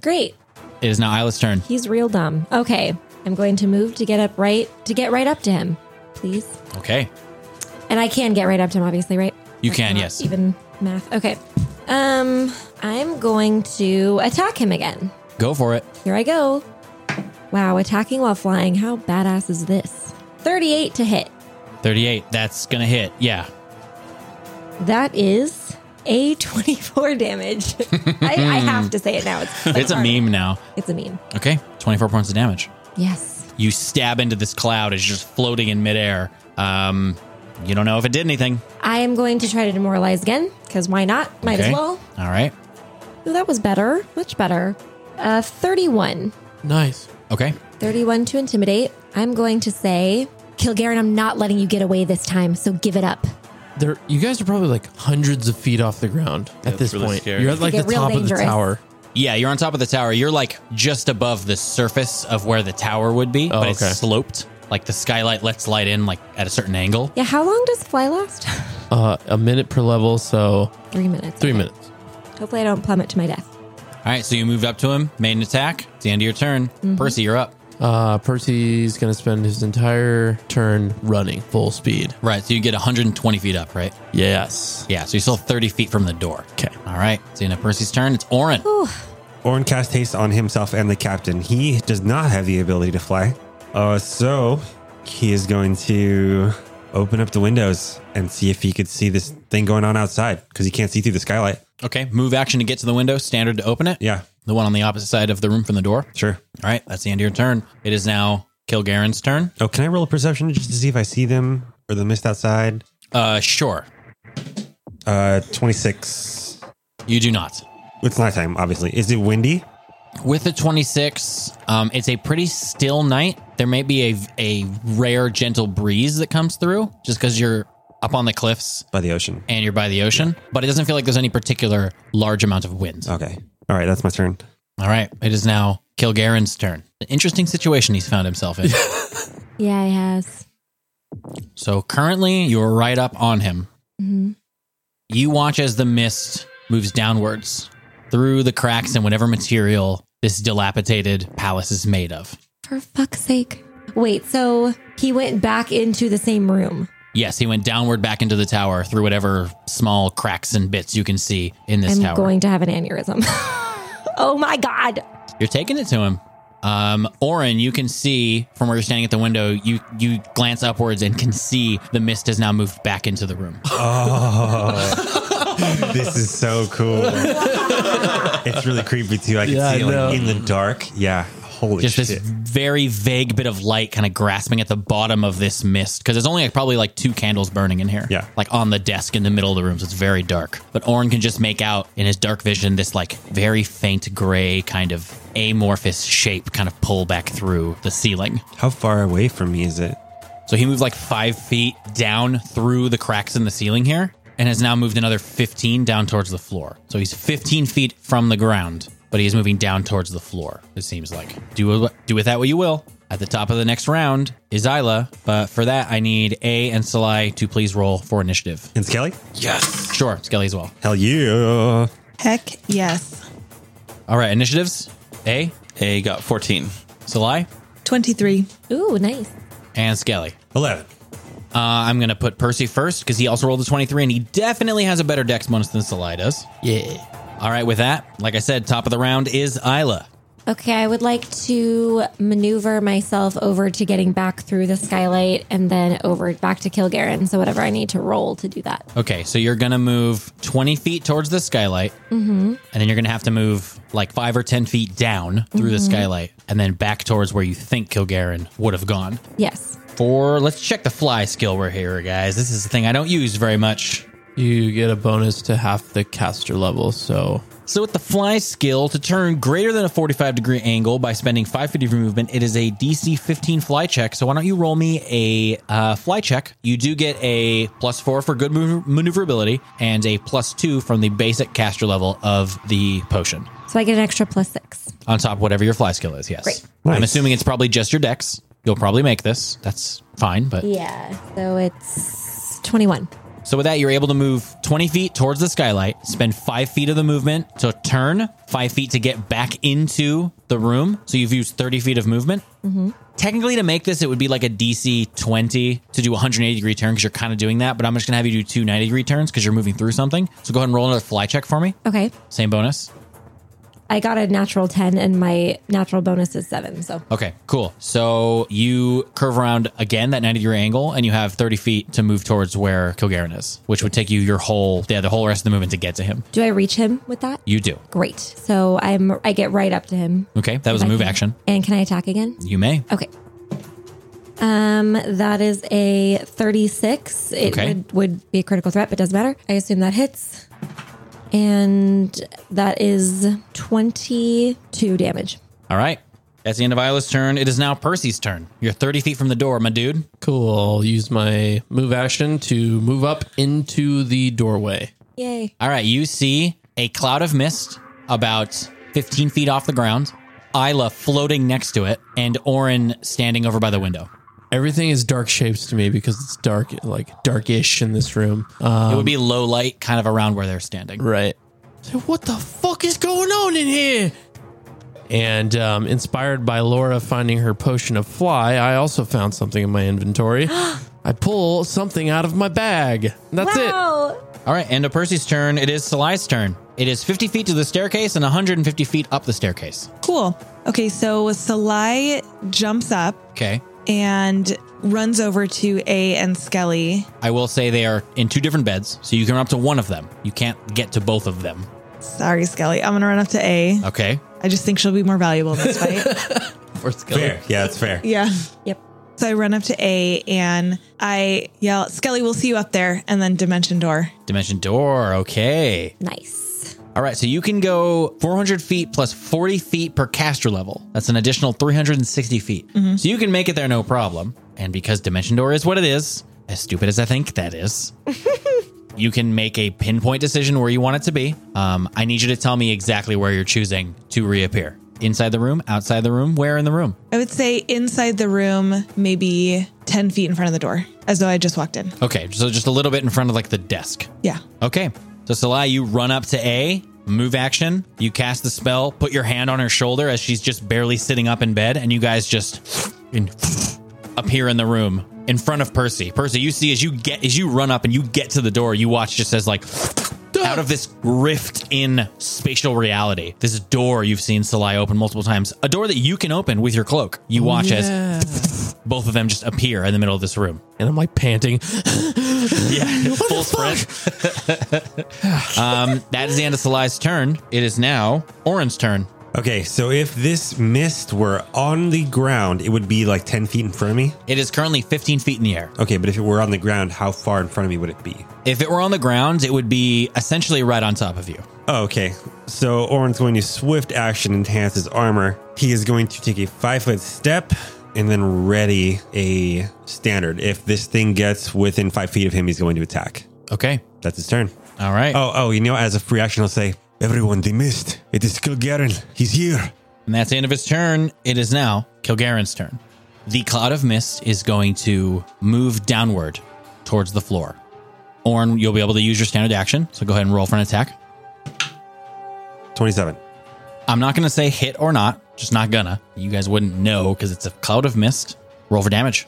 Speaker 6: Great.
Speaker 2: It is now Isla's turn.
Speaker 6: He's real dumb. Okay. I'm going to move to get up right to get right up to him. please?
Speaker 2: Okay.
Speaker 6: And I can get right up to him, obviously, right?
Speaker 2: You can,
Speaker 6: not
Speaker 2: yes.
Speaker 6: Even math. Okay. Um, I'm going to attack him again.
Speaker 2: Go for it.
Speaker 6: Here I go. Wow, attacking while flying. How badass is this? 38 to hit.
Speaker 2: 38. That's going to hit. Yeah.
Speaker 6: That is a 24 damage. I, I have to say it now. It's, like
Speaker 2: It's a
Speaker 6: hard.
Speaker 2: meme now.
Speaker 6: It's a meme.
Speaker 2: Okay. 24 points of damage.
Speaker 6: Yes.
Speaker 2: You stab into this cloud as you're just floating in midair. Um, you don't know if it did anything.
Speaker 6: I am going to try to demoralize again because why not? Might
Speaker 2: Okay.
Speaker 6: as well.
Speaker 2: All right.
Speaker 6: Ooh, that was better. Much better. Uh, 31.
Speaker 7: Nice.
Speaker 2: Okay.
Speaker 6: 31 to intimidate. I'm going to say, Kilgaren, I'm not letting you get away this time, so give it up.
Speaker 7: There, you guys are probably like hundreds of feet off the ground at this
Speaker 4: really
Speaker 7: point.
Speaker 4: scary.
Speaker 7: You're at like the
Speaker 6: get real
Speaker 7: top of the
Speaker 6: dangerous.
Speaker 7: tower.
Speaker 2: Yeah, you're on top of the tower. You're like just above the surface of where the tower would be, but
Speaker 7: okay.
Speaker 2: it's sloped. Like the skylight lets light in like at a certain angle.
Speaker 6: Yeah, how long does fly last?
Speaker 7: Uh, a minute per level, so
Speaker 6: Three minutes.
Speaker 7: three
Speaker 6: Okay.
Speaker 7: minutes.
Speaker 6: Hopefully, I don't plummet to my death.
Speaker 2: All right, so you moved up to him, made an attack. It's the end of your turn.
Speaker 6: Mm-hmm.
Speaker 2: Percy, you're up.
Speaker 7: Uh, Percy's gonna spend his entire turn running full speed.
Speaker 2: Right, so you get 120 feet up, right?
Speaker 7: Yes.
Speaker 2: Yeah, so you're still 30 feet from the door.
Speaker 7: Okay.
Speaker 2: All right, so now Percy's turn. It's Orin.
Speaker 1: Orin cast haste on himself and the captain. He does not have the ability to fly. Uh, so he is going to open up the windows and see if he could see this thing going on outside because he can't see through the skylight.
Speaker 2: Okay, move action to get to the window, standard to open it.
Speaker 1: Yeah,
Speaker 2: The one on the opposite side of the room from the door.
Speaker 1: sure.
Speaker 2: All right, that's the end of your turn. It is now Kilgaren's turn.
Speaker 1: Oh, can I roll a perception just to see if I see them or the mist outside?
Speaker 2: Uh, sure.
Speaker 1: Uh, 26.
Speaker 2: You do not.
Speaker 1: It's nighttime, obviously. Is it windy?
Speaker 2: With the 26, um, it's a pretty still night. There may be a, a rare gentle breeze that comes through just because you're up on the cliffs
Speaker 1: By the ocean.
Speaker 2: and you're by the ocean, but it doesn't feel like there's any particular large amount of wind.
Speaker 1: Okay. All right, that's my turn.
Speaker 2: All right, it is now Kilgaren's turn. An interesting situation he's found himself in.
Speaker 6: Yeah, he has.
Speaker 2: so currently, you're right up on him.
Speaker 6: Mhm.
Speaker 2: You watch as the mist moves downwards through the cracks in whatever material this dilapidated palace is made of.
Speaker 6: For fuck's sake. Wait, so he went back into the same room.
Speaker 2: Yes, he went downward back into the tower through whatever small cracks and bits you can see in this
Speaker 6: I'm
Speaker 2: tower.
Speaker 6: going to have an aneurysm. oh my god.
Speaker 2: You're taking it to him. Um, Orin, you can see from where you're standing at the window, you you glance upwards and can see the mist has now moved back into the room.
Speaker 1: Oh, this is so cool. it's really creepy too. I can
Speaker 7: Yeah,
Speaker 1: see it
Speaker 7: I know.
Speaker 1: like, in the dark. Yeah. Holy
Speaker 2: Just
Speaker 1: shit.
Speaker 2: this very vague bit of light kind of grasping at the bottom of this mist because there's only like, probably like two candles burning in here.
Speaker 1: Yeah.
Speaker 2: Like on the desk in the middle of the room. So it's very dark. But Orin can just make out in his dark vision this like very faint gray kind of amorphous shape kind of pull back through the ceiling.
Speaker 1: How far away from me is it?
Speaker 2: So he moved like five feet down through the cracks in the ceiling here and has now moved another 15 down towards the floor. So he's 15 feet from the ground, but he is moving down towards the floor, it seems like. Do, do with that what you will. At the top of the next round is Isla, but for that, I need A and Salai to please roll for initiative.
Speaker 1: In Skelly?
Speaker 4: Yes.
Speaker 2: Sure, Skelly as well.
Speaker 1: Hell yeah.
Speaker 5: Heck yes.
Speaker 2: All right, initiatives A,
Speaker 4: A got 14.
Speaker 2: Salai,
Speaker 5: 23.
Speaker 6: Ooh, nice.
Speaker 2: and Skelly.
Speaker 1: 11.
Speaker 2: Uh, I'm going to put Percy first because he also rolled a 23 and he definitely has a better dex bonus than Salai does.
Speaker 7: Yeah.
Speaker 2: All right, with that, like I said, top of the round is Isla.
Speaker 6: Okay, I would like to maneuver myself over to getting back through the skylight and then over back to Kilgaren. So whatever I need to roll to do that.
Speaker 2: Okay, so you're gonna move 20 feet towards the skylight, mm-hmm. and then you're gonna have to move like five or 10 feet down through the skylight, and then back towards where you think Kilgaren would have gone.
Speaker 6: Yes.
Speaker 2: For let's check the fly skill we're here, guys. This is the thing I don't use very much.
Speaker 7: You get a bonus to half the caster level, so
Speaker 2: So with the fly skill, to turn greater than a 45 degree angle by spending 5 feet of your movement, it is a DC 15 fly check. So why don't you roll me a uh, fly check? You do get a plus 4 for good maneuver- maneuverability and a plus 2 from the basic caster level of the potion
Speaker 6: So I get an extra plus six.
Speaker 2: on top of whatever your fly skill is. Yes.
Speaker 6: Great.
Speaker 2: I'm
Speaker 1: Nice.
Speaker 2: assuming it's probably just your dex. You'll probably make this. That's fine, but
Speaker 6: Yeah. So it's 21.
Speaker 2: So with that, you're able to move 20 feet towards the skylight, spend five feet of the movement to turn, five feet to get back into the room. So you've used 30 feet of movement. Technically, to make this, it would be like a DC 20 to do 180 degree turn because you're kind of doing that. But I'm just going to have you do two 90 degree turns because you're moving through something. So go ahead and roll another fly check for me.
Speaker 6: Okay.
Speaker 2: Same bonus.
Speaker 6: I got a natural 10 and my natural bonus is seven. So
Speaker 2: Okay, cool. So you curve around again that 90 degree angle and you have 30 feet to move towards where Kilgaren is, which would take you your whole, yeah, the whole rest of the movement to get to him.
Speaker 6: do I reach him with that?
Speaker 2: You do.
Speaker 6: Great. So I'm I get right up to him.
Speaker 2: Okay, that was a move action.
Speaker 6: And can I attack again?
Speaker 2: You may.
Speaker 6: Okay. Um, that is a 36. It
Speaker 2: Okay.
Speaker 6: would, would be a critical threat, but doesn't matter. I assume that hits. And that is 22 damage.
Speaker 2: All right. That's the end of Isla's turn. It is now Percy's turn. You're 30 feet from the door, my dude.
Speaker 7: Cool. I'll use my move action to move up into the doorway.
Speaker 6: Yay.
Speaker 2: All right, you see a cloud of mist about 15 feet off the ground, Isla floating next to it, and Orin standing over by the window.
Speaker 7: Everything is dark shapes to me because it's dark, like darkish in this room. Um,
Speaker 2: It would be low light kind of around where they're standing.
Speaker 7: Right. So what the fuck is going on in here? And um, inspired by Laura finding her potion of fly, I also found something in my inventory. I pull something out of my bag. That's it.
Speaker 6: Wow.
Speaker 2: All right, end of Percy's turn. It is Salai's turn. It is 50 feet to the staircase and 150 feet up the staircase.
Speaker 5: Cool. Okay, so Salai jumps up
Speaker 2: Okay.
Speaker 5: and runs over to A and Skelly.
Speaker 2: I will say they are in two different beds, so you can run up to one of them. You can't get to both of them.
Speaker 5: Sorry, Skelly. I'm gonna run up to A. I
Speaker 2: Okay.
Speaker 5: just think she'll be more valuable in this fight.
Speaker 1: Fair. Yeah, that's fair.
Speaker 5: yeah.
Speaker 6: Yep.
Speaker 5: So I run up to A and I yell, Skelly, we'll see you up there. And then Dimension Door.
Speaker 2: Dimension door. Okay.
Speaker 6: Nice.
Speaker 2: All right, so you can go 400 feet plus 40 feet per caster level. That's an additional 360 feet. So you can make it there no problem. And because Dimension Door is what it is, as stupid as I think that is, you can make a pinpoint decision where you want it to be. Um, I need you to tell me exactly where you're choosing to reappear inside the room, outside the room, where in the room.
Speaker 5: I would say inside the room, maybe 10 feet in front of the door, as though I just walked in.
Speaker 2: Okay, so just a little bit in front of like the desk.
Speaker 5: Yeah.
Speaker 2: Okay. So Salai, you run up to A, move action, you cast the spell, put your hand on her shoulder as she's just barely sitting up in bed, and you guys just and appear in the room in front of Percy. Percy, you see as you get as you run up and you get to the door, you watch just as like out of this rift in spatial reality, this door you've seen Salai open multiple times, a door that you can open with your cloak. You watch as both of them just appear in the middle of this room.
Speaker 7: And I'm like panting.
Speaker 2: Yeah, full sprint. um, that is the end of Salai's turn. It is now Orin's turn.
Speaker 1: Okay, so if this mist were on the ground, it would be like 10 feet in front of me.
Speaker 2: It is currently 15 feet in the air.
Speaker 1: Okay, but if it were on the ground, how far in front of me would it be?
Speaker 2: If it were on the ground, it would be essentially right on top of you.
Speaker 1: Oh, okay. So Orin's going to swift action enhance his armor. He is going to take a five foot step and then ready a standard. If this thing gets within five feet of him, he's going to attack.
Speaker 2: Okay.
Speaker 1: That's his turn.
Speaker 2: All right.
Speaker 1: Oh, oh, you know, as a free action, I'll say, Everyone, they missed. It is Kilgaren. He's here.
Speaker 2: And that's the end of his turn. It is now Kilgaren's turn. The cloud of mist is going to move downward towards the floor. Orn, you'll be able to use your standard action. So go ahead and roll for an attack.
Speaker 1: 27.
Speaker 2: I'm not going to say hit or not, just not gonna. You guys wouldn't know because it's a cloud of mist. Roll for damage.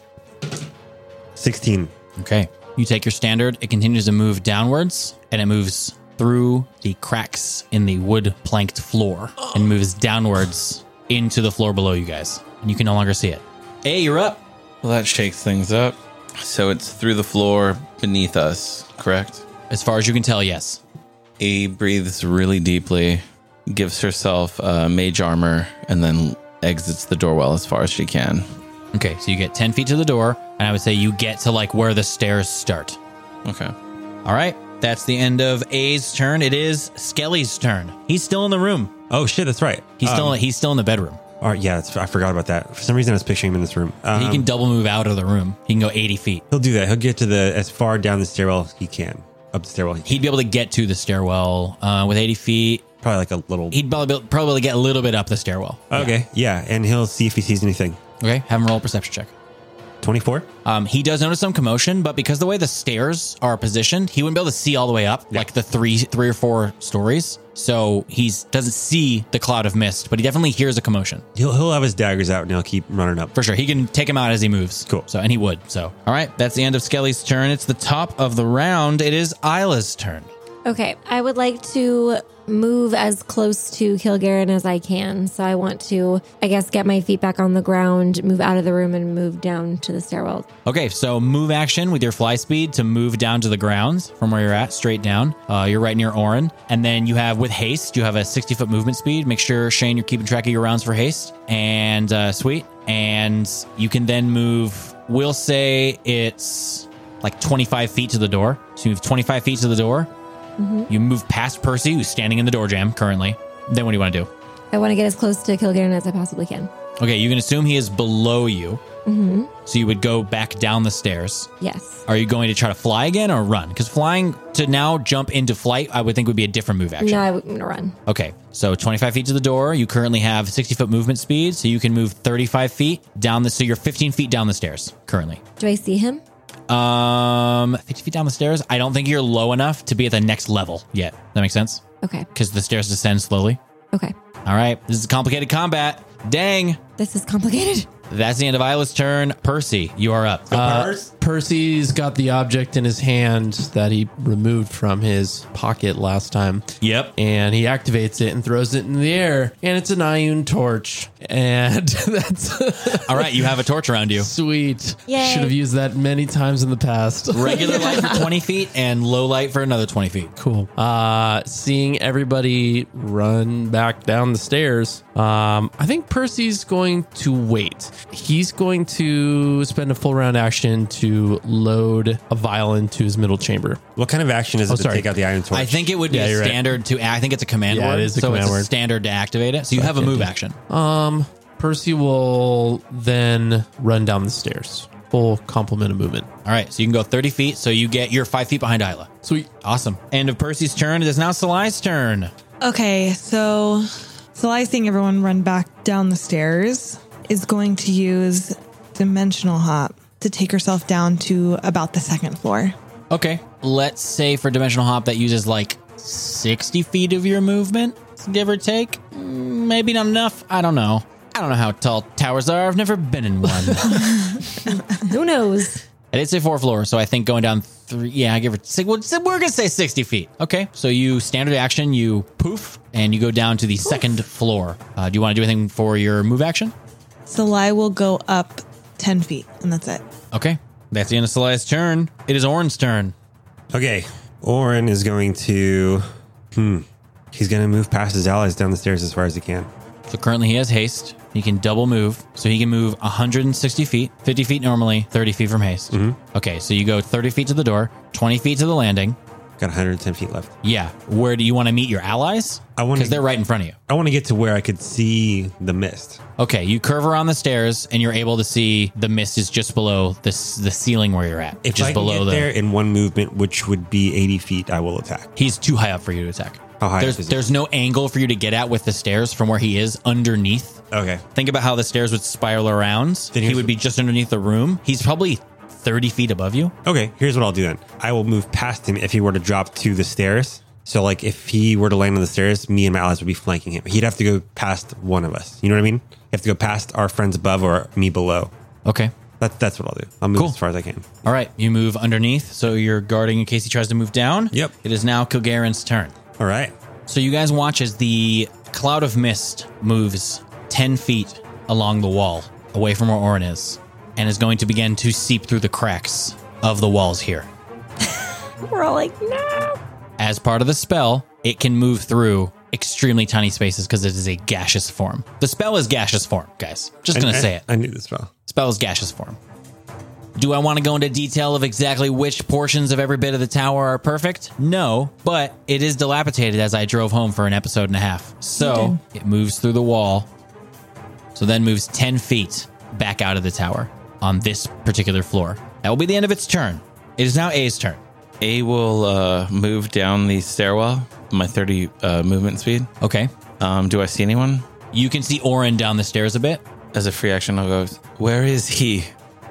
Speaker 1: 16.
Speaker 2: Okay. You take your standard, it continues to move downwards, and it moves through the cracks in the wood planked floor and moves downwards into the floor below you guys. And you can no longer see it. Hey, you're up.
Speaker 4: Well, that shakes things up. So it's through the floor beneath us, correct?
Speaker 2: As far as you can tell, yes.
Speaker 4: A breathes really deeply, gives herself uh, mage armor, and then exits the doorwell as far as she can.
Speaker 2: Okay, so you get 10 feet to the door, and I would say you get to like where the stairs start.
Speaker 4: Okay.
Speaker 2: All right, that's the end of A's turn. It is Skelly's turn. He's still in the room.
Speaker 1: Oh, shit, that's right.
Speaker 2: He's
Speaker 1: Um,
Speaker 2: still he's still in the bedroom.
Speaker 1: All right, yeah, it's, I forgot about that. For some reason, I was picturing him in this room.
Speaker 2: He
Speaker 1: Um,
Speaker 2: can double move out of the room. He can go 80 feet.
Speaker 1: He'll do that. He'll get to the as far down the stairwell he can. Up the stairwell, he
Speaker 2: He'd be able to get to the stairwell uh, with 80 feet.
Speaker 1: probably like a little.
Speaker 2: He'd probably be- probably get a little bit up the stairwell.
Speaker 1: okay, yeah, and he'll see if he sees anything.
Speaker 2: Okay, have him roll a perception check.
Speaker 1: 24?
Speaker 2: Um, he does notice some commotion, but because the way the stairs are positioned, he wouldn't be able to see all the way up, like the three, three or four stories. So he's doesn't see the cloud of mist, but he definitely hears a commotion
Speaker 1: He'll, he'll have his daggers out and he'll keep running up.
Speaker 2: for sure. He can take him out as he moves.
Speaker 1: Cool.
Speaker 2: So and he would. So
Speaker 4: All right, that's the end of Skelly's turn. It's the top of the round.
Speaker 2: it is Isla's turn.
Speaker 6: Okay, I would like to move as close to Kilgaren as I can. So I want to, I guess, get my feet back on the ground, move out of the room, and move down to the stairwell.
Speaker 2: Okay, so move action with your fly speed to move down to the ground from where you're at, straight down. Uh, you're right near Orin. And then you have, with haste, you have a 60 foot movement speed. Make sure, Shane, you're keeping track of your rounds for haste. And uh, sweet. And you can then move, we'll say it's like 25 feet to the door. So you move 25 feet to the door. You move past Percy, who's standing in the door jam currently. Then what do you want to do?
Speaker 6: I want to get as close to Kilgaren as I possibly can.
Speaker 2: Okay, you can assume he is below you. So you would go back down the stairs.
Speaker 6: Yes.
Speaker 2: Are you going to try to fly again or run? Because flying to now jump into flight, I would think would be a different move action.
Speaker 6: No, I'm going to run.
Speaker 2: Okay, so 25 feet to the door. You currently have 60 foot movement speed, so you can move 35 feet down the. So you're 15 feet down the stairs currently.
Speaker 6: Do I see him?
Speaker 2: Um, 50 feet down the stairs. I don't think you're low enough to be at the next level yet. That makes sense
Speaker 6: Okay.
Speaker 2: because the stairs descend slowly.
Speaker 6: Okay.
Speaker 2: All right, this is complicated combat. Dang,
Speaker 6: This is complicated.
Speaker 2: that's the end of Isla's turn. Percy, you are up. Uh,
Speaker 7: Percy's got the object in his hand that he removed from his pocket last time.
Speaker 2: yep.
Speaker 7: And he activates it and throws it in the air. And it's an Ioun torch. And that's
Speaker 2: All right, you have a torch around you.
Speaker 7: sweet.
Speaker 6: Yay.
Speaker 7: Should have used that many times in the past.
Speaker 2: regular light for 20 feet and low light for another 20 feet.
Speaker 7: Cool. Uh, seeing everybody run back down the stairs, um, I think Percy's going to wait. He's going to spend a full round action to load a vial into his middle chamber.
Speaker 1: What kind of action is it to
Speaker 7: sorry.
Speaker 1: take out the iron torch?
Speaker 2: Oh, I think it would be
Speaker 7: Yeah,
Speaker 2: a
Speaker 7: you're right.
Speaker 2: standard to. I think it's a command
Speaker 7: Yeah, it
Speaker 2: word.
Speaker 7: is a
Speaker 2: so
Speaker 7: command
Speaker 2: it's a
Speaker 7: word.
Speaker 2: standard to activate it. So you have a move action.
Speaker 7: Um, Percy will then run down the stairs. Full complement of movement.
Speaker 2: All right, so you can go 30 feet. So you get you're five feet behind Isla.
Speaker 7: Sweet.
Speaker 2: Awesome. End of Percy's turn. It is now Salai's turn.
Speaker 5: Okay, so so I seeing everyone run back down the stairs is going to use dimensional hop to take herself down to about the second floor.
Speaker 2: Okay, let's say for dimensional hop that uses like 60 feet of your movement, give or take. Mm, Maybe not enough. I don't know. I don't know how tall towers are. I've never been in one.
Speaker 6: Who knows?
Speaker 2: I did say four floors, so I think going down three. Yeah, I give it. Six, well, so we're gonna say sixty feet. Okay, so you standard action, you poof, and you go down to the second floor. Uh, do you want to do anything for your move action?
Speaker 5: So Lai will go up ten feet, and that's it.
Speaker 2: Okay, that's the end of Celia's turn. It is Orin's turn.
Speaker 1: Okay. Oren is going to. Hmm. He's going to move past his allies down the stairs as far as he can.
Speaker 2: So currently he has haste. He can double move, so he can move 160 feet, 50 feet normally, 30 feet from haste.
Speaker 1: Mm-hmm.
Speaker 2: Okay, so you go 30 feet to the door, 20 feet to the landing.
Speaker 1: Got 110 feet left.
Speaker 2: Yeah, where do you want to meet your allies?
Speaker 1: I wanna-
Speaker 2: because they're right in front of you.
Speaker 1: I want to get to where I could see the mist.
Speaker 2: Okay, you curve around the stairs and you're able to see the mist is just below this the ceiling where you're at,
Speaker 1: If
Speaker 2: which is
Speaker 1: I can
Speaker 2: below
Speaker 1: get
Speaker 2: the.
Speaker 1: there in one movement, which would be 80 feet, I will attack.
Speaker 2: He's too high up for you to attack.
Speaker 1: How high
Speaker 2: there's
Speaker 1: up is he?
Speaker 2: there's no angle for you to get at with the stairs from where he is underneath.
Speaker 1: Okay.
Speaker 2: Think about how the stairs would spiral around.
Speaker 1: Then
Speaker 2: he
Speaker 1: here's-
Speaker 2: would be just underneath the room. He's probably 30 feet above you.
Speaker 1: Okay, here's what I'll do then. I will move past him if he were to drop to the stairs. So, like, if he were to land on the stairs, me and my allies would be flanking him. He'd have to go past one of us. You know what I mean? You have to go past our friends above or me below.
Speaker 2: Okay.
Speaker 1: That, that's what I'll do. I'll move
Speaker 2: Cool.
Speaker 1: as far as I can.
Speaker 2: All right, you move underneath, so you're guarding in case he tries to move down.
Speaker 1: Yep.
Speaker 2: It is now Kilgaren's turn.
Speaker 1: All right.
Speaker 2: So you guys watch as the cloud of mist moves 10 feet along the wall, away from where Orin is, and is going to begin to seep through the cracks of the walls here.
Speaker 6: We're all like, no.
Speaker 2: As part of the spell, it can move through extremely tiny spaces because it is a gaseous form. The spell is gaseous form, guys. Just
Speaker 1: I-
Speaker 2: gonna
Speaker 1: I-
Speaker 2: say it.
Speaker 1: Eh, I knew this well.
Speaker 2: Spell is gaseous form. Do I want to go into detail of exactly which portions of every bit of the tower are perfect? No, but it is dilapidated as I drove home for an episode and a half. So it moves through the wall, so then moves 10 feet back out of the tower on this particular floor. That will be the end of its turn. It is now A's turn.
Speaker 4: A will uh, move down the stairwell, my 30 uh, movement speed.
Speaker 2: Okay.
Speaker 4: Um, do I see anyone?
Speaker 2: You can see Orin down the stairs a bit.
Speaker 4: As a free action, I'll go, Where is he?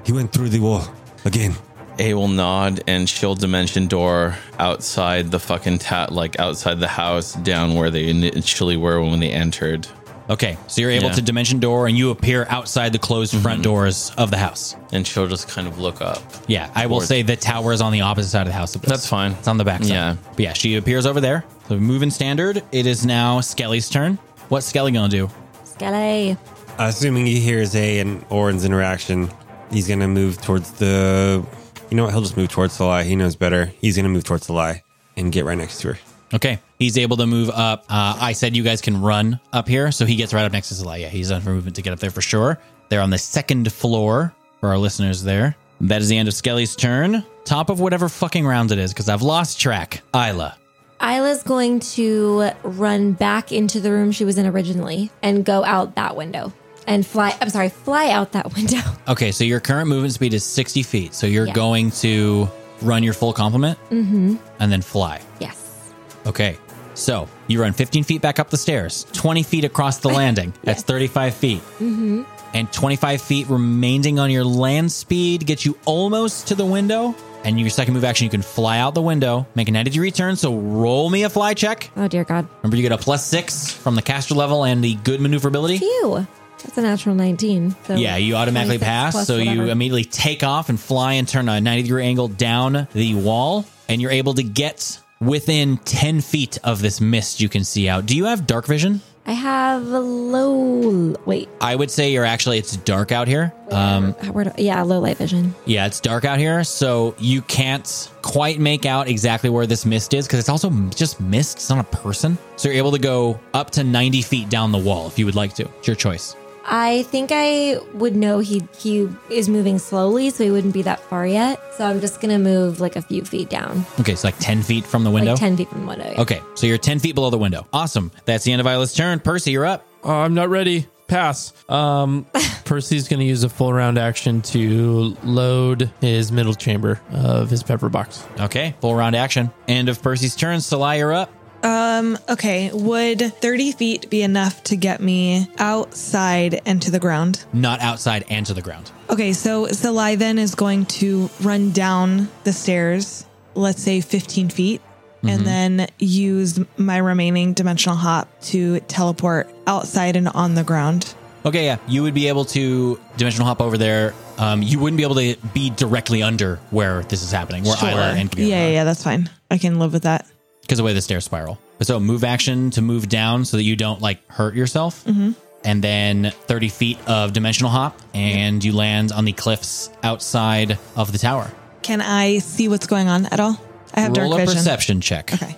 Speaker 1: He went through the wall again.
Speaker 4: A will nod and she'll dimension door outside the fucking tat, like outside the house, down where they initially were when they entered.
Speaker 2: Okay, so you're able
Speaker 4: Yeah.
Speaker 2: to dimension door and you appear outside the closed front doors of the house.
Speaker 4: And she'll just kind of look up.
Speaker 2: Yeah, I will
Speaker 4: Boards.
Speaker 2: say the tower is on the opposite side of the house. of this.
Speaker 4: That's fine.
Speaker 2: It's on the back side.
Speaker 4: Yeah.
Speaker 2: But yeah, she appears over there. So moving standard, it is now Skelly's turn. What's Skelly gonna do?
Speaker 6: Skelly.
Speaker 1: Assuming he hears A and Orin's interaction, he's going to move towards the. You know what? He'll just move towards the lie. He knows better. He's going to move towards the lie and get right next to her.
Speaker 2: Okay, he's able to move up. Uh, I said you guys can run up here, so he gets right up next to Zelaya. Yeah, he's done for movement to get up there for sure. They're on the second floor for our listeners there. That is the end of Skelly's turn. Top of whatever fucking round it is, because I've lost track. Isla.
Speaker 6: Isla's going to run back into the room she was in originally and go out that window and fly. I'm sorry, fly out that window.
Speaker 2: Okay, so your current movement speed is 60 feet. So you're
Speaker 6: Yeah.
Speaker 2: going to run your full complement and then fly.
Speaker 6: Yes.
Speaker 2: Okay. So you run 15 feet back up the stairs, 20 feet across the landing. That's 35 feet. Mm-hmm. And 25 feet remaining on your land speed gets you almost to the window. And your second move action, you can fly out the window, make a 90 degree turn. So roll me a fly check.
Speaker 6: Oh dear God.
Speaker 2: Remember, you get a plus six from the caster level and the good maneuverability.
Speaker 6: Phew. That's a natural 19. So
Speaker 2: Yeah, you automatically
Speaker 6: 26
Speaker 2: pass.
Speaker 6: Oh, plus
Speaker 2: So you
Speaker 6: whatever.
Speaker 2: immediately take off and fly and turn a 90 degree angle down the wall, and you're able to get within 10 feet of this mist you can see out. Do you have dark vision?
Speaker 6: I have a low. Wait.
Speaker 2: I would say you're actually, it's dark out here. Um,
Speaker 6: Where do, yeah, low light vision.
Speaker 2: yeah, it's dark out here. So you can't quite make out exactly where this mist is because it's also m- just mist. It's not a person. So you're able to go up to 90 feet down the wall if you would like to. It's your choice.
Speaker 6: I think I would know he he is moving slowly, so he wouldn't be that far yet. So I'm just gonna move like a few feet down,
Speaker 2: Okay, so like 10 feet from the window.
Speaker 6: like ten feet from the window. yeah.
Speaker 2: Okay, so you're 10 feet below the window. Awesome. That's the end of Isla's turn. Percy, you're up.
Speaker 7: Oh, I'm not ready. Pass. Um, Percy's going to use a full round action to load his middle chamber of his pepper box.
Speaker 2: Okay, full round action. End of Percy's turn. Salai, you're up.
Speaker 5: Um, okay. Would 30 feet be enough to get me outside and to the ground?
Speaker 2: Not outside and to the ground.
Speaker 5: Okay, so Salai then is going to run down the stairs, let's say 15 feet,
Speaker 2: Mm-hmm.
Speaker 5: and then use my remaining dimensional hop to teleport outside and on the ground.
Speaker 2: Okay, yeah, you would be able to dimensional hop over there. Um, you wouldn't be able to be directly under where this is happening, where Isla and
Speaker 5: yeah,
Speaker 2: Kabir
Speaker 5: yeah, yeah, that's fine. I can live with that.
Speaker 2: because of the way the stairs spiral. So move action to move down so that you don't like hurt yourself. Mm-hmm. And then 30 feet of dimensional hop, and you land on the cliffs outside of the tower.
Speaker 5: Can I see what's going on at all? I have
Speaker 2: Roll a
Speaker 5: dark vision.
Speaker 2: perception check.
Speaker 5: Okay.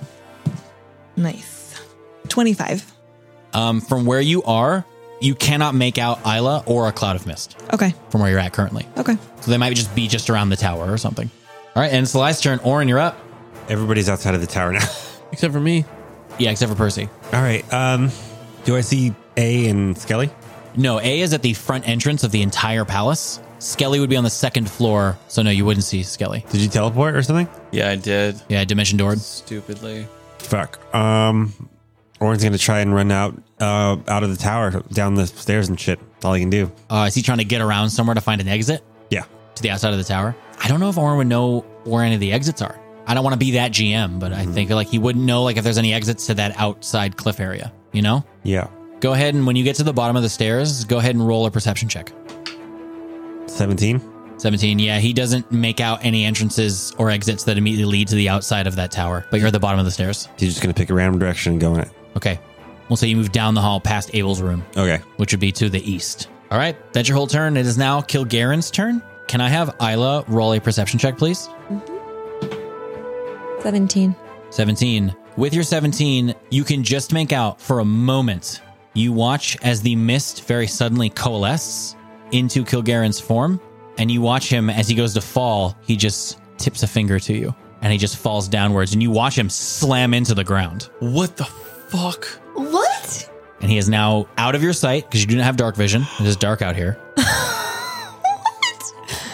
Speaker 5: Nice. 25.
Speaker 2: Um, from where you are, you cannot make out Isla or a cloud of mist
Speaker 5: Okay.
Speaker 2: from where you're at currently.
Speaker 5: Okay.
Speaker 2: So they might just be just around the tower or something. All right, and it's the last turn. Orin, you're up.
Speaker 1: Everybody's outside of the tower now.
Speaker 7: Except for me.
Speaker 2: Yeah, except for Percy.
Speaker 1: All right. Um, do I see A and Skelly?
Speaker 2: No, A is at the front entrance of the entire palace. Skelly would be on the second floor, so no, you wouldn't see Skelly.
Speaker 1: Did you teleport or something?
Speaker 4: Yeah, I did.
Speaker 2: Yeah, Dimension Door.
Speaker 4: Stupidly.
Speaker 1: Fuck. Um, Orin's gonna try and run out, uh, out of the tower, down the stairs and shit. That's all he can do.
Speaker 2: Uh, is he trying to get around somewhere to find an exit
Speaker 1: Yeah.
Speaker 2: to the outside of the tower? I don't know if Orin would know where any of the exits are. I don't want to be that GM, but I think like he wouldn't know like if there's any exits to that outside cliff area. You know?
Speaker 1: Yeah.
Speaker 2: Go ahead and when you get to the bottom of the stairs, go ahead and roll a perception check.
Speaker 1: Seventeen.
Speaker 2: 17. Yeah, he doesn't make out any entrances or exits that immediately lead to the outside of that tower, but you're at the bottom of the stairs.
Speaker 1: He's just gonna pick a random direction and go in it.
Speaker 2: Okay. We'll say you move down the hall past Abel's room,
Speaker 1: Okay.
Speaker 2: which would be to the east. All right, that's your whole turn. It is now Kilgaren's turn. Can I have Isla roll a perception check, please?
Speaker 6: seventeen.
Speaker 2: 17. With your 17, you can just make out for a moment. You watch as the mist very suddenly coalesces into Kilgaren's form, and you watch him as he goes to fall. He just tips a finger to you, and he just falls downwards, and you watch him slam into the ground.
Speaker 4: What the fuck?
Speaker 6: What?
Speaker 2: And he is now out of your sight because you do not have dark vision. It is dark out here.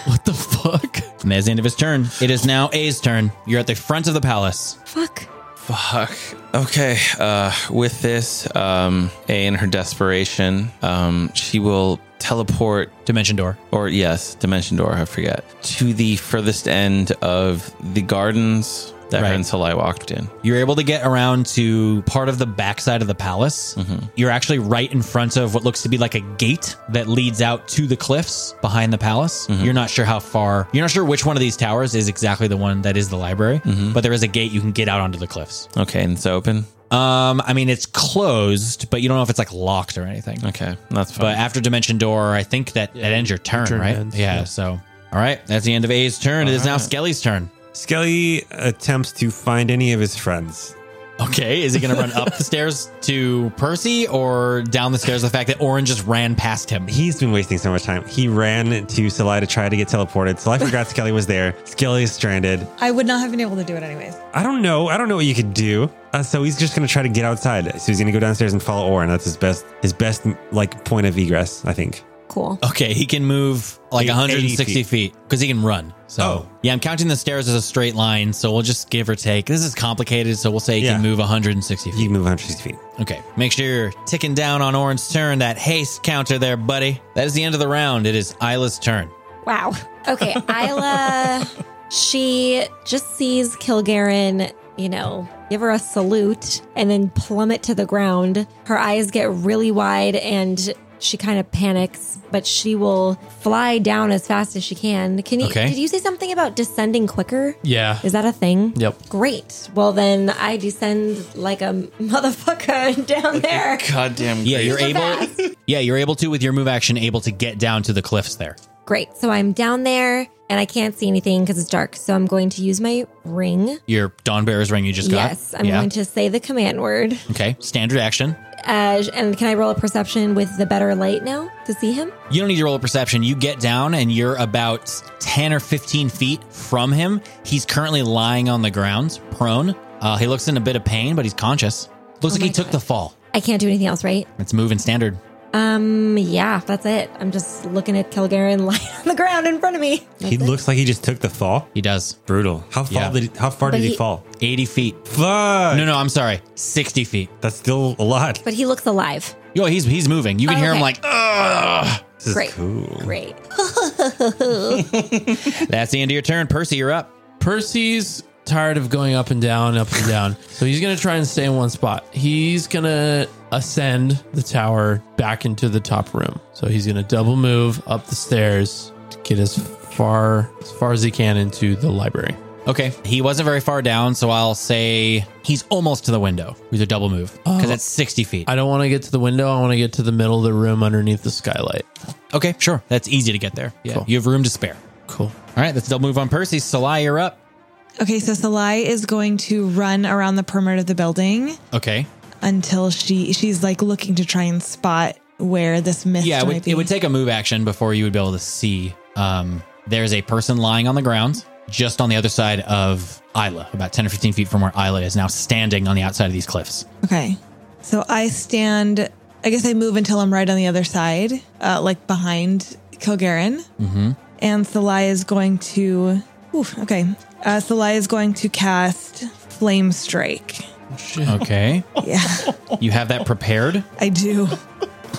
Speaker 7: What the fuck?
Speaker 2: And that's the end of his turn. It is now A's turn. You're at the front of the palace.
Speaker 6: Fuck.
Speaker 4: Fuck. Okay. Uh, with this, um, A in her desperation, um, she will teleport
Speaker 2: Dimension door.
Speaker 4: or yes, dimension door. I forget to the furthest end of the gardens that
Speaker 2: Right.
Speaker 4: her and Salai walked in.
Speaker 2: You're able to get around to part of the backside of the palace. You're actually right in front of what looks to be like a gate that leads out to the cliffs behind the palace. You're not sure how far, you're not sure which one of these towers is exactly the one that is the library, but there is a gate you can get out onto the cliffs.
Speaker 4: Okay, and it's open.
Speaker 2: Um, I mean, it's closed, but you don't know if it's like locked or anything.
Speaker 4: Okay, that's fine.
Speaker 2: But after Dimension Door, I think that, that ends your turn,
Speaker 7: turn
Speaker 2: right?
Speaker 7: ends,
Speaker 2: yeah,
Speaker 7: yeah.
Speaker 2: So, all right, that's the end of A's turn. it is now
Speaker 4: right.
Speaker 2: Skelly's turn.
Speaker 1: Skelly attempts to find any of his friends.
Speaker 2: Okay, is he going to run up the stairs to Percy or down the stairs? The fact that Orin just ran past him.
Speaker 1: He's been wasting so much time. He ran to Salai to try to get teleported. Salai forgot Skelly was there. Skelly is stranded.
Speaker 5: I would not have been able to do it anyways.
Speaker 1: I don't know. I don't know what you could do. Uh, so he's just gonna try to get outside. So he's gonna go downstairs and follow Orin. That's his best, his best like point of egress, I think.
Speaker 6: Cool.
Speaker 2: Okay, he can move like 160
Speaker 1: 80
Speaker 2: feet because he can run. So, yeah, I'm counting the stairs as a straight line. So we'll just give or take. This is complicated. So we'll say he can
Speaker 1: Yeah.
Speaker 2: move 160
Speaker 1: You
Speaker 2: feet.
Speaker 1: can move 160 feet.
Speaker 2: Okay, make sure you're ticking down on Orin's turn that haste counter there, buddy. That is the end of the round. It is Isla's turn.
Speaker 6: Wow. Okay, Isla, she just sees Kilgaren, you know, give her a salute and then plummet to the ground. Her eyes get really wide and she kind of panics, but she will fly down as fast as she can. Can you
Speaker 2: Okay.
Speaker 6: did you say something about descending quicker?
Speaker 7: Yeah.
Speaker 6: Is that a thing?
Speaker 7: Yep.
Speaker 6: Great. Well then I descend like a motherfucker down there.
Speaker 4: goddamn.
Speaker 2: Yeah, you're
Speaker 6: Super
Speaker 2: able.
Speaker 6: fast.
Speaker 2: Yeah, you're able to with your move action able to get down to the cliffs there.
Speaker 6: Great. So I'm down there and I can't see anything because it's dark. So I'm going to use my ring.
Speaker 2: Your Dawnbearer's ring you just got.
Speaker 6: Yes, I'm going to say the command word.
Speaker 2: Okay, standard action.
Speaker 6: Uh, and can I roll a perception with the better light now to see him?
Speaker 2: You don't need to roll a perception. You get down and you're about 10 or 15 feet from him. He's currently lying on the ground, prone. Uh, he looks in a bit of pain, but he's conscious. Looks like
Speaker 6: my
Speaker 2: he took
Speaker 6: God.
Speaker 2: the fall.
Speaker 6: I can't do anything else, right?
Speaker 2: It's moving standard.
Speaker 6: Um, yeah, that's it. I'm just looking at Kilgaren lying on the ground in front of me.
Speaker 1: he looks like he just took the fall.
Speaker 2: He does.
Speaker 1: Brutal. How far
Speaker 2: Yeah.
Speaker 1: did he, how far
Speaker 6: But
Speaker 1: did he,
Speaker 6: he-
Speaker 1: fall?
Speaker 2: 80 feet.
Speaker 1: Fuck.
Speaker 2: No, no, I'm sorry. 60 feet.
Speaker 1: That's still a lot.
Speaker 6: But he looks alive.
Speaker 2: Yo, he's he's moving. You can hear him
Speaker 6: Okay.
Speaker 2: like, Ugh!
Speaker 1: This is
Speaker 6: Great.
Speaker 1: cool.
Speaker 6: Great.
Speaker 2: That's the end of your turn. Percy, you're up.
Speaker 7: Percy's tired of going up and down, up and down. So he's going to try and stay in one spot. He's going to ascend the tower back into the top room. So he's going to double move up the stairs to get as far as far as he can into the library.
Speaker 2: Okay. He wasn't very far down, so I'll say he's almost to the window with a double move because that's 60 feet.
Speaker 7: I don't want to get to the window. I want to get to the middle of the room underneath the skylight.
Speaker 2: okay, sure. That's easy to get there. Yeah.
Speaker 7: Cool.
Speaker 2: You have room to spare.
Speaker 7: Cool.
Speaker 2: All right, let's double move on Percy. Salai, you're up.
Speaker 5: Okay, so Salai is going to run around the perimeter of the building
Speaker 2: Okay.
Speaker 5: until she she's like looking to try and spot where this mist
Speaker 2: Yeah, it
Speaker 5: might
Speaker 2: would,
Speaker 5: be.
Speaker 2: it would take a move action before you would be able to see. Um, there's a person lying on the ground just on the other side of Isla, about 10 or 15 feet from where Isla is now standing on the outside of these cliffs.
Speaker 5: okay, so I stand. I guess I move until I'm right on the other side, uh, like behind Kilgaren, mm-hmm. and Salai is going to. Oof, okay, uh, Salai is going to cast Flame Strike.
Speaker 2: Okay.
Speaker 5: Yeah,
Speaker 2: you have that prepared?
Speaker 5: I do.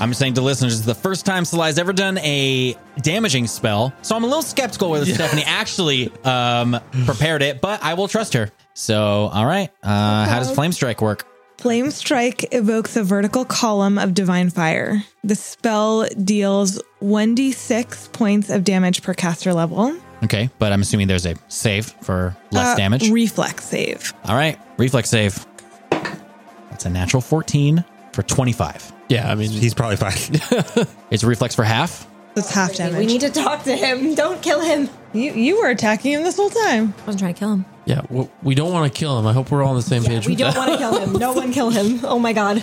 Speaker 2: I'm saying to listeners, this is the first time Salai's ever done a damaging spell, so I'm a little skeptical whether Stephanie actually um, prepared it, but I will trust her. So, all right. Uh, how does Flame Strike work?
Speaker 5: Flame Strike evokes a vertical column of divine fire. The spell deals 1d6 points of damage per caster level.
Speaker 2: Okay, but I'm assuming there's a save for less
Speaker 5: Uh,
Speaker 2: damage.
Speaker 5: Reflex save.
Speaker 2: All right, reflex save. That's a natural 14 for 25.
Speaker 7: Yeah, I mean,
Speaker 1: He's probably fine.
Speaker 2: It's reflex for half.
Speaker 5: That's half damage.
Speaker 6: We need to talk to him. Don't kill him.
Speaker 5: you, you were attacking him this whole time.
Speaker 6: I wasn't trying to kill him.
Speaker 7: yeah, we- we don't want to kill him. I hope we're all on the same page.
Speaker 6: We
Speaker 7: with
Speaker 6: don't
Speaker 7: that.
Speaker 6: want to kill him. No one kill him. Oh my god.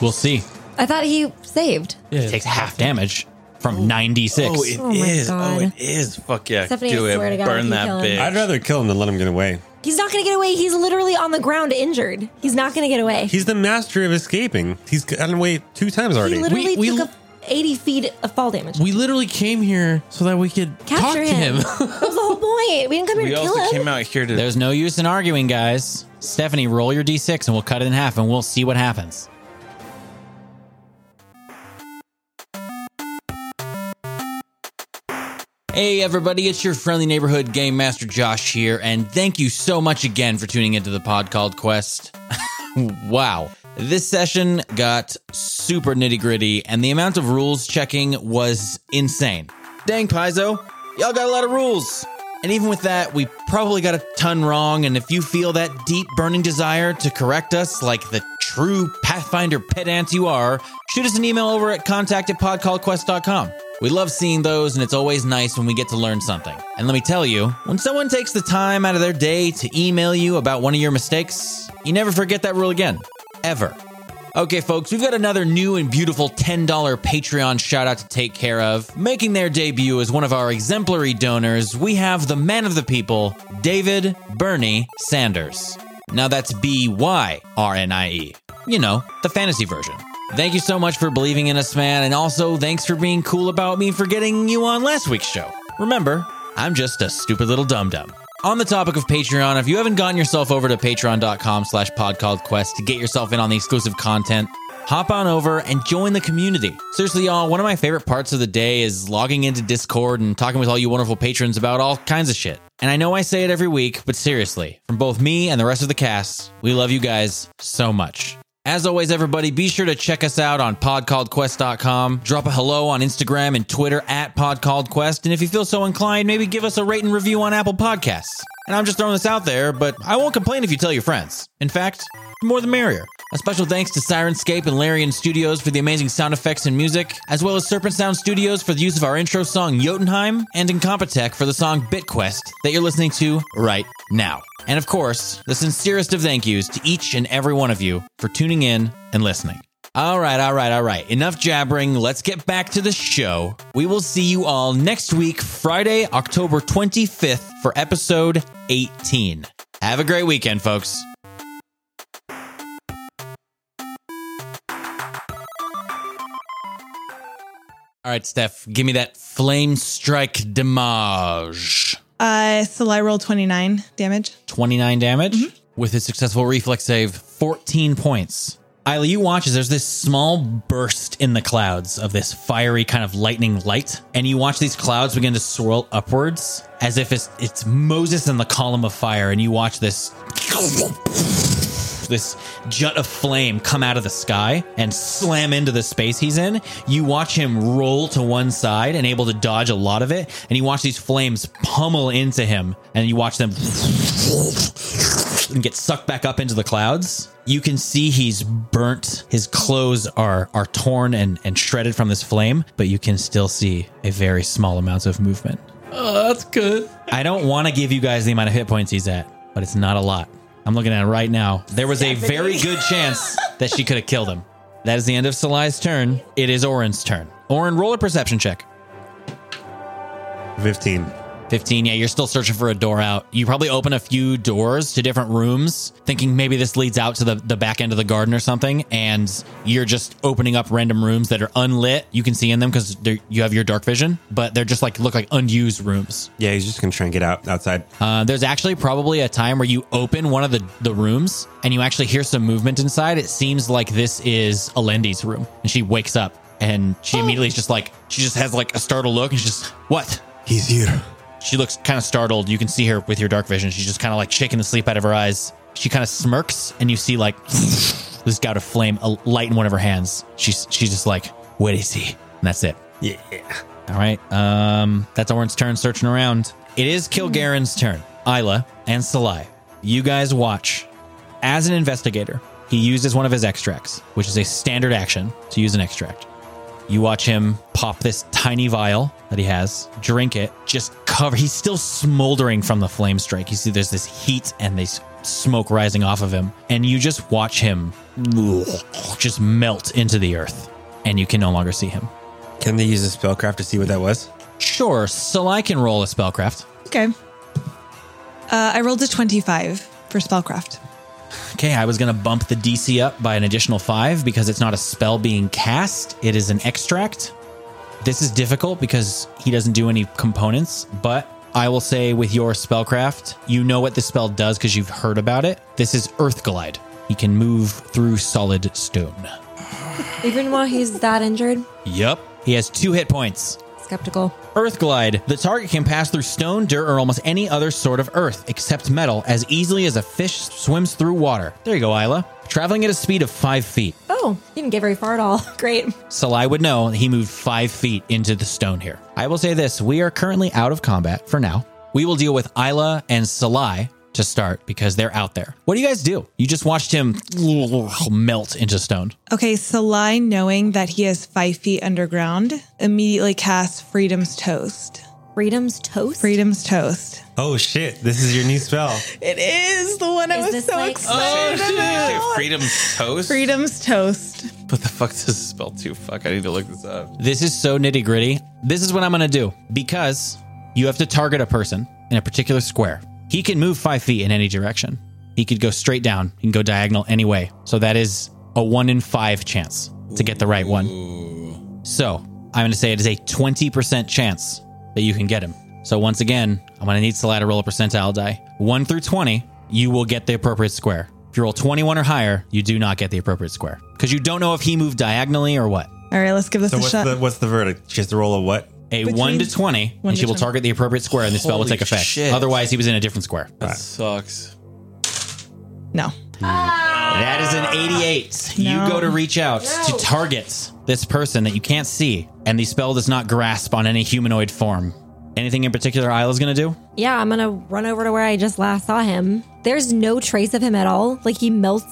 Speaker 2: We'll see.
Speaker 6: I thought he saved.
Speaker 7: Yeah.
Speaker 2: It takes half damage from 96.
Speaker 4: Oh, it is.
Speaker 6: Oh my
Speaker 4: Oh,
Speaker 6: God.
Speaker 4: it is. Fuck yeah.
Speaker 6: Stephanie,
Speaker 4: Do
Speaker 6: I
Speaker 4: it.
Speaker 6: swear to God, if
Speaker 4: Burn
Speaker 6: you
Speaker 4: that
Speaker 6: kill him-
Speaker 4: bitch.
Speaker 1: I'd rather kill him than let him get away.
Speaker 6: He's not going to get away. He's literally on the ground injured. He's not going to get away.
Speaker 1: He's the master of escaping. He's gotten away two times
Speaker 6: He
Speaker 1: already.
Speaker 6: literally
Speaker 2: We- we-
Speaker 6: took a 80 feet of fall damage.
Speaker 7: We literally came here so that we could talk
Speaker 6: Capture
Speaker 7: to
Speaker 6: him.
Speaker 7: him.
Speaker 6: that was the whole point. We didn't come here
Speaker 4: We
Speaker 6: to kill
Speaker 4: also
Speaker 6: him.
Speaker 4: came out here to.
Speaker 2: There's no use in arguing, guys. Stephanie, roll your d6 and we'll cut it in half and we'll see what happens. Hey everybody, it's your friendly neighborhood game master Josh here, and thank you so much again for tuning into the pod called Quest. wow. This session got super nitty gritty, and the amount of rules checking was insane. Dang, Paizo, y'all got a lot of rules. And even with that, we probably got a ton wrong, and if you feel that deep burning desire to correct us like the true Pathfinder pedant you are, shoot us an email over at contact at podcallquest.com. We love seeing those, and it's always nice when we get to learn something. And let me tell you, when someone takes the time out of their day to email you about one of your mistakes, you never forget that rule again. Ever. Okay, folks, we've got another new and beautiful $10 Patreon shout out to take care of. Making their debut as one of our exemplary donors, we have the man of the people, David Bernie Sanders. Now that's B Y R N I E. You know, the fantasy version. Thank you so much for believing in us, man, and also thanks for being cool about me for getting you on last week's show. Remember, I'm just a stupid little dum dum. On the topic of Patreon, if you haven't gotten yourself over to patreon.com slash podcallquest to get yourself in on the exclusive content, hop on over and join the community. Seriously, y'all, one of my favorite parts of the day is logging into Discord and talking with all you wonderful patrons about all kinds of shit. And I know I say it every week, but seriously, from both me and the rest of the cast, we love you guys so much. As always, everybody, be sure to check us out on podcalledquest.com. Drop a hello on Instagram and Twitter at podcalledquest. And if you feel so inclined, maybe give us a rate and review on Apple Podcasts. And I'm just throwing this out there, but I won't complain if you tell your friends. In fact, the more the merrier. A special thanks to Sirenscape and Larian Studios for the amazing sound effects and music, as well as Serpent Sound Studios for the use of our intro song Jotunheim, and Incompetech for the song BitQuest that you're listening to right now. And of course, the sincerest of thank yous to each and every one of you for tuning in and listening. All right, all right, all right. Enough jabbering. Let's get back to the show. We will see you all next week, Friday, October 25th, for episode 18. Have a great weekend, folks. All right, Steph, give me that flame strike damage.
Speaker 5: Uh, so I roll 29 damage.
Speaker 2: 29 damage with his successful reflex save 14 points Isla, you watch as there's this small burst in the clouds of this fiery kind of lightning light, and you watch these clouds begin to swirl upwards as if it's, it's Moses in the column of fire, and you watch this this jut of flame come out of the sky and slam into the space he's in. You watch him roll to one side and able to dodge a lot of it, and you watch these flames pummel into him, and you watch them and get sucked back up into the clouds. You can see he's burnt. His clothes are are torn and, and shredded from this flame, but you can still see a very small amount of movement.
Speaker 7: oh, that's good.
Speaker 2: I don't want to give you guys the amount of hit points he's at, but it's not a lot. I'm looking at it right now. There was a very good chance that she could have killed him. That is the end of Salai's turn. It is Oren's turn. Oren, roll a perception check.
Speaker 1: 15.
Speaker 2: 15 yeah you're still searching for a door out you probably open a few doors to different rooms thinking maybe this leads out to the, the back end of the garden or something and you're just opening up random rooms that are unlit you can see in them because you have your dark vision but they're just like look like unused rooms
Speaker 1: Yeah, he's just going to try and get out outside.
Speaker 2: uh, there's actually probably a time where you open one of the, the rooms and you actually hear some movement inside it seems like this is alendi's room and she wakes up and she immediately is just like she just has like a startled look and she's just what
Speaker 3: He's here.
Speaker 2: she looks kind of startled. You can see her with your dark vision. She's just kind of like shaking the sleep out of her eyes. She kind of smirks, and you see like this gout of flame, a light in one of her hands. She's she's just like, "What is he?" And that's it.
Speaker 1: Yeah.
Speaker 2: All right. Um, that's Oren's turn searching around. It is Kilgaren's turn. Isla and Salai, you guys watch. As an investigator, he uses one of his extracts, which is a standard action to use an extract. You watch him pop this tiny vial that he has, drink it, just cover. He's still smoldering from the flame strike. You see, there's this heat and this smoke rising off of him, and you just watch him just melt into the earth, and you can no longer see him.
Speaker 1: Can they use a spellcraft to see what that was?
Speaker 2: Sure, so I can roll a spellcraft.
Speaker 5: Okay. Uh, I rolled a 25 for spellcraft.
Speaker 2: Okay, I was going to bump the DC up by an additional five because it's not a spell being cast, it is an extract. This is difficult because he doesn't do any components, but I will say with your spellcraft, you know what this spell does because you've heard about it. This is Earth Glide. He can move through solid stone.
Speaker 6: Even while he's that injured,
Speaker 2: Yep. He has two hit points.
Speaker 6: skeptical.
Speaker 2: Earth Glide. The target can pass through stone, dirt, or almost any other sort of earth except metal as easily as a fish swims through water. There you go, Isla. Traveling at a speed of five feet.
Speaker 6: Oh, he didn't get very far at all. Great.
Speaker 2: Salai would know he moved five feet into the stone here. I will say this we are currently out of combat for now. We will deal with Isla and Salai to start because they're out there. What do you guys do? You just watched him melt into stone.
Speaker 5: Okay, Salai, knowing that he is five feet underground, immediately casts Freedom's Toast.
Speaker 6: Freedom's toast.
Speaker 5: Freedom's Toast.
Speaker 1: Oh shit! This is your new spell.
Speaker 5: It is the one
Speaker 6: Is
Speaker 5: I was
Speaker 6: this
Speaker 5: so
Speaker 6: like-
Speaker 5: excited about.
Speaker 4: Freedom's toast.
Speaker 5: Freedom's Toast.
Speaker 4: What the fuck does this spell do? Fuck, I need to look this up.
Speaker 2: This is so nitty gritty. This is what I'm going to do because you have to target a person in a particular square. He can move five feet in any direction. He could go straight down. He can go diagonal any way. So that is a one in five chance to get the right one. So I'm going to say it is a 20% chance that you can get him. So once again, I'm going to need Salah to roll a percentile die. One through 20, you will get the appropriate square. If you roll 21 or higher, you do not get the appropriate square because you don't know if he moved diagonally or what.
Speaker 5: All right, let's give this
Speaker 1: So
Speaker 5: a
Speaker 1: what's
Speaker 5: shot.
Speaker 1: the what's the verdict? She has to roll a what?
Speaker 2: a
Speaker 5: Between-
Speaker 2: 1 to 20
Speaker 5: one
Speaker 2: and
Speaker 5: to
Speaker 2: she will
Speaker 5: 20.
Speaker 2: target the appropriate square and the spell will
Speaker 4: Holy
Speaker 2: take effect
Speaker 4: shit.
Speaker 2: otherwise he was in a different square
Speaker 4: That sucks.
Speaker 5: no.
Speaker 2: that is an 88
Speaker 5: Ah. No.
Speaker 2: you go to reach out to target this person that you can't see and the spell does not grasp on any humanoid form anything in particular isla's gonna do
Speaker 6: Yeah, I'm gonna run over to where I just last saw him. There's no trace of him at all. Like he melts.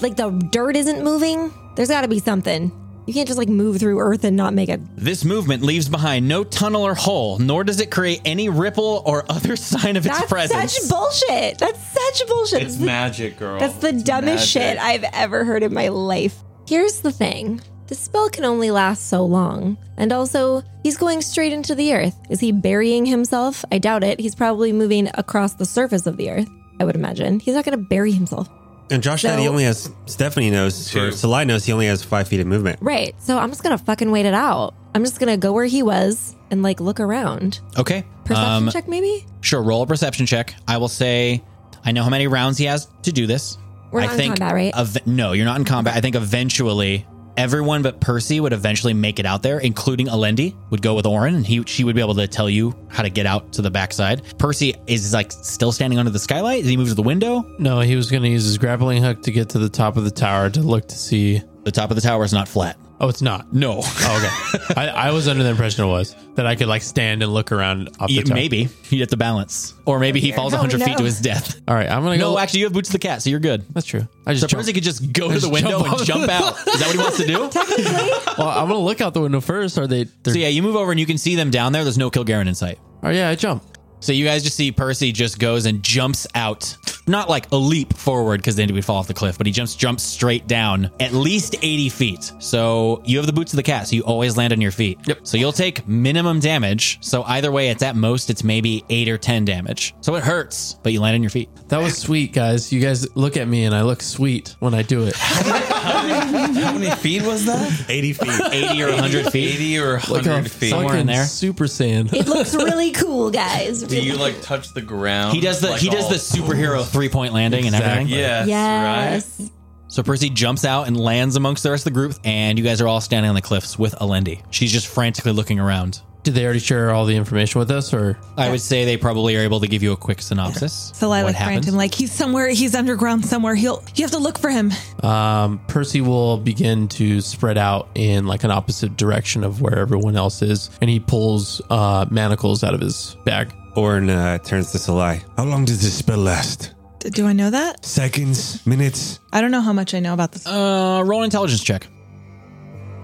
Speaker 6: Like the dirt isn't moving. There's got to be something. You can't just like move through Earth and not make a.
Speaker 2: this movement leaves behind no tunnel or hole nor does it create any ripple or other sign of its
Speaker 6: That's
Speaker 2: presence
Speaker 6: such bullshit. That's such bullshit.
Speaker 4: It's
Speaker 6: That's the-
Speaker 4: magic, girl.
Speaker 6: That's the
Speaker 4: It's
Speaker 6: dumbest
Speaker 4: magic.
Speaker 6: shit I've ever heard in my life. Here's the thing the spell can only last so long. And also, he's going straight into the earth. Is he burying himself? I doubt it. He's probably moving across the surface of the earth, I would imagine. He's not going to bury himself.
Speaker 1: And Josh said
Speaker 6: No.
Speaker 1: he only has. Stephanie knows. Or
Speaker 4: Two.
Speaker 1: Salai knows he only has five feet of movement.
Speaker 6: Right. So I'm just going to fucking wait it out. I'm just going to go where he was and like look around.
Speaker 2: okay
Speaker 6: Perception
Speaker 2: um,
Speaker 6: check, maybe?
Speaker 2: sure roll a perception check i will say i know how many rounds he has to do this
Speaker 6: We're
Speaker 2: I
Speaker 6: not in
Speaker 2: think
Speaker 6: combat, right?
Speaker 2: ev- no, you're not in combat. I think eventually everyone but Percy would eventually make it out there, including Alendi would go with Orin, and he she would be able to tell you how to get out to the backside. Percy is like still standing under the skylight. Did he move to the window?
Speaker 7: No, he was going to use his grappling hook to get to the top of the tower to look to see.
Speaker 2: The top of the tower is not flat.
Speaker 7: Oh, it's not.
Speaker 2: No,
Speaker 7: Oh, okay. I, I was under the impression it was that I could like stand and look around off the
Speaker 2: Yeah,
Speaker 7: top.
Speaker 2: maybe you have to balance, or maybe he falls
Speaker 6: How we
Speaker 2: 100 feet
Speaker 6: know?
Speaker 2: to his death.
Speaker 7: All right, I'm gonna go.
Speaker 2: No, actually, you have boots of the cat, so you're good.
Speaker 7: that's true. I just
Speaker 2: So
Speaker 7: jumped.
Speaker 2: Percy could just go to
Speaker 7: Just
Speaker 2: the window
Speaker 7: jump
Speaker 2: and
Speaker 7: out.
Speaker 2: jump out. Is that what he wants to do?
Speaker 7: well, I'm gonna look out the window first. Are they? They're,
Speaker 2: So yeah, you move over and you can see them down there. There's no Kilgaren in sight.
Speaker 7: Oh yeah, I jump.
Speaker 2: So you guys just see Percy just goes and jumps out, not like a leap forward because then he would fall off the cliff, but he jumps jumps straight down at least eighty feet. So you have the boots of the cat, so you always land on your feet. Yep. So you'll take minimum damage. So either way, it's at most it's maybe eight or ten damage. So it hurts, but you land on your feet.
Speaker 7: That was sweet, guys. You guys look at me and I look sweet when I do it.
Speaker 4: How many feet was that?
Speaker 1: Eighty feet.
Speaker 2: Eighty or hundred feet.
Speaker 4: 80 or
Speaker 7: Look how
Speaker 4: 100 feet.
Speaker 2: Somewhere in
Speaker 7: fucking
Speaker 2: there.
Speaker 7: Super Saiyan.
Speaker 6: it looks really cool, guys.
Speaker 4: Do you like touch the ground?
Speaker 2: He does the
Speaker 4: like,
Speaker 2: he does
Speaker 4: all-
Speaker 2: the superhero three point landing and everything.
Speaker 4: Yes.
Speaker 6: Yes.
Speaker 2: So Percy jumps out and lands amongst the rest of the group, and you guys are all standing on the cliffs with Alendi. She's just frantically looking around.
Speaker 7: Did they already share all the information with us, or
Speaker 2: I would say they probably are able to give you a quick synopsis.
Speaker 5: So I
Speaker 2: what
Speaker 5: like
Speaker 2: happens.
Speaker 5: Brandon, like he's somewhere, he's underground somewhere. He'll you have to look for him.
Speaker 7: um, Percy will begin to spread out in like an opposite direction of where everyone else is, and he pulls uh, manacles out of his bag.
Speaker 1: Orn uh, turns to Salai. How long does this spell last?
Speaker 5: D- Do I know that?
Speaker 1: Seconds, minutes.
Speaker 5: I don't know how much I know about this.
Speaker 2: Uh, roll an intelligence check.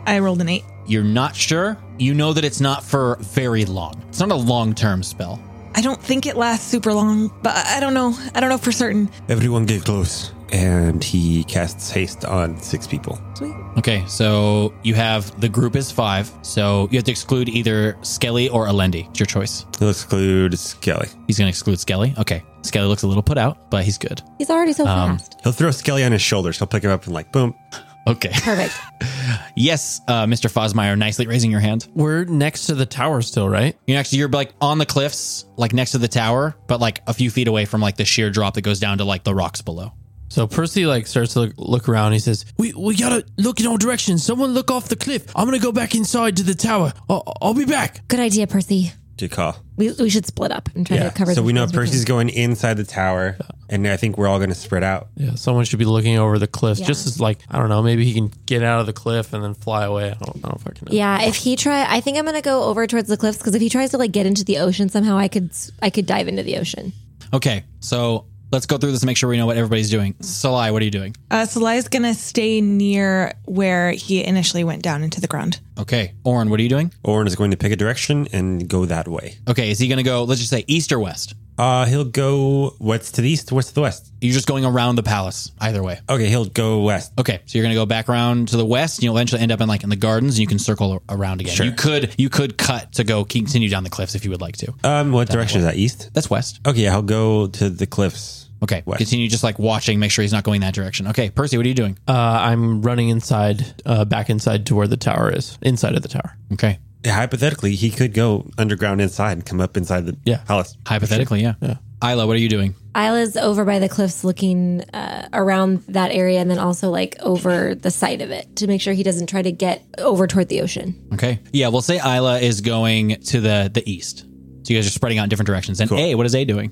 Speaker 5: I rolled an eight.
Speaker 2: You're not sure. You know that it's not for very long. It's not a long term spell.
Speaker 5: I don't think it lasts super long, but I I don't know. I don't know for certain.
Speaker 1: Everyone get close. And he casts haste on six people.
Speaker 2: Okay, so you have the group is five, so you have to exclude either Skelly or Alendi. It's your choice.
Speaker 1: He'll exclude Skelly.
Speaker 2: He's going to exclude Skelly. Okay, Skelly looks a little put out, but he's good.
Speaker 6: He's already so
Speaker 4: Um,
Speaker 6: fast.
Speaker 1: He'll throw Skelly on his shoulders. He'll pick him up and like boom.
Speaker 2: Okay.
Speaker 6: Perfect.
Speaker 2: Yes, uh, Mr. Fosmeyer, nicely raising your hand.
Speaker 7: We're next to the tower still, right?
Speaker 2: You're actually you're like on the cliffs, like next to the tower, but like a few feet away from like the sheer drop that goes down to like the rocks below.
Speaker 7: So Percy like starts to look, look around. He says, "We we gotta look in all directions. Someone look off the cliff. I'm gonna go back inside to the tower. I'll, I'll be back."
Speaker 6: Good idea, Percy.
Speaker 1: To call.
Speaker 6: We, we should split up and try to cover
Speaker 1: So
Speaker 6: this
Speaker 1: we know
Speaker 6: as can.
Speaker 1: Percy's going inside the tower, and I think we're all going to spread out.
Speaker 7: Yeah, someone should be looking over the cliff.
Speaker 6: Yeah.
Speaker 7: Just as like I don't know, maybe he can get out of the cliff and then fly away. I don't, I don't fucking know.
Speaker 6: Yeah, if he try, I think I'm gonna go over towards the cliffs because if he tries to like get into the ocean somehow, I could s- I could dive into the ocean.
Speaker 2: Okay, so let's go through this and make sure we know what everybody's doing. Salai, what are you doing?
Speaker 5: Uh, Salai's gonna stay near where he initially went down into the ground.
Speaker 2: Okay, Orin, what are you doing?
Speaker 1: Orin is going to pick a direction and go that way.
Speaker 2: Okay, is he going to go? Let's just say east or west.
Speaker 1: Uh, he'll go what's to the east, what's to the west.
Speaker 2: You're just going around the palace either way.
Speaker 1: Okay, he'll go west.
Speaker 2: Okay, so you're gonna go back around to the west, and you'll eventually end up in like in the gardens, and you can circle a- around again. You could you could cut to go continue down the cliffs if you would like to.
Speaker 1: Um, what direction is that? East.
Speaker 2: That's west.
Speaker 1: Okay, yeah, he'll go to the cliffs.
Speaker 2: Okay,
Speaker 1: West.
Speaker 2: continue just like watching, make sure he's not going that direction. Okay, Percy, what are you doing?
Speaker 7: Uh, I'm running inside, uh, back inside to where the tower is, inside of the tower.
Speaker 2: Okay,
Speaker 1: Hypothetically, he could go underground inside and come up inside the
Speaker 7: Yeah.
Speaker 1: palace.
Speaker 2: hypothetically, yeah. Isla, what are you doing?
Speaker 6: Isla's over by the cliffs, looking uh, around that area, and then also like over the side of it to make sure he doesn't try to get over toward the ocean.
Speaker 2: Okay, yeah, we'll say Isla is going to the the east. So you guys are spreading out in different directions. And A, what is A doing?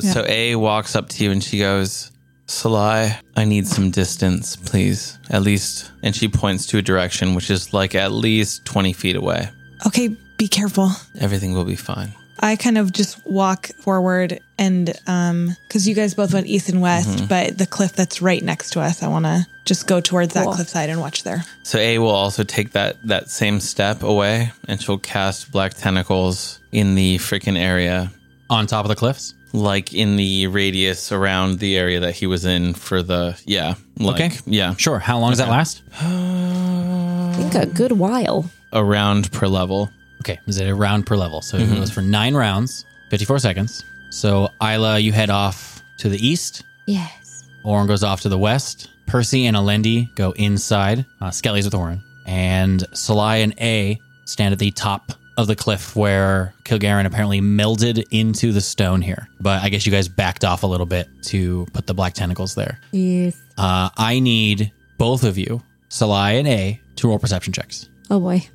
Speaker 4: So A walks up to you and she goes, Salai, I need some distance, please. At least. And she points to a direction, which is like at least 20 feet away.
Speaker 5: Okay, be careful.
Speaker 4: Everything will be fine.
Speaker 5: I kind of just walk forward and um because you guys both went east and west, but the cliff that's right next to us, I wanna just go towards that cliffside and watch there.
Speaker 4: So A will also take that, that same step away and she'll cast black tentacles in the freaking area,
Speaker 2: On top of the cliffs?
Speaker 4: like in the radius around the area that he was in for the. Yeah. Like,
Speaker 2: Okay.
Speaker 4: Yeah.
Speaker 2: Sure. How long does that last?
Speaker 6: I think a good while.
Speaker 4: A round per level.
Speaker 2: Okay, is it a round per level? So it goes for nine rounds, fifty-four seconds. So Isla, you head off to the east.
Speaker 6: Yes.
Speaker 2: Oren goes off to the west. Percy and Alendi go inside. Uh, Skelly's with Oren. And Salai and A stand at the top of the cliff where Kilgaren apparently melded into the stone here. But I guess you guys backed off a little bit to put the black tentacles there.
Speaker 6: Yes.
Speaker 2: Uh, I need both of you, Salai and A, to roll perception checks.
Speaker 6: Oh boy.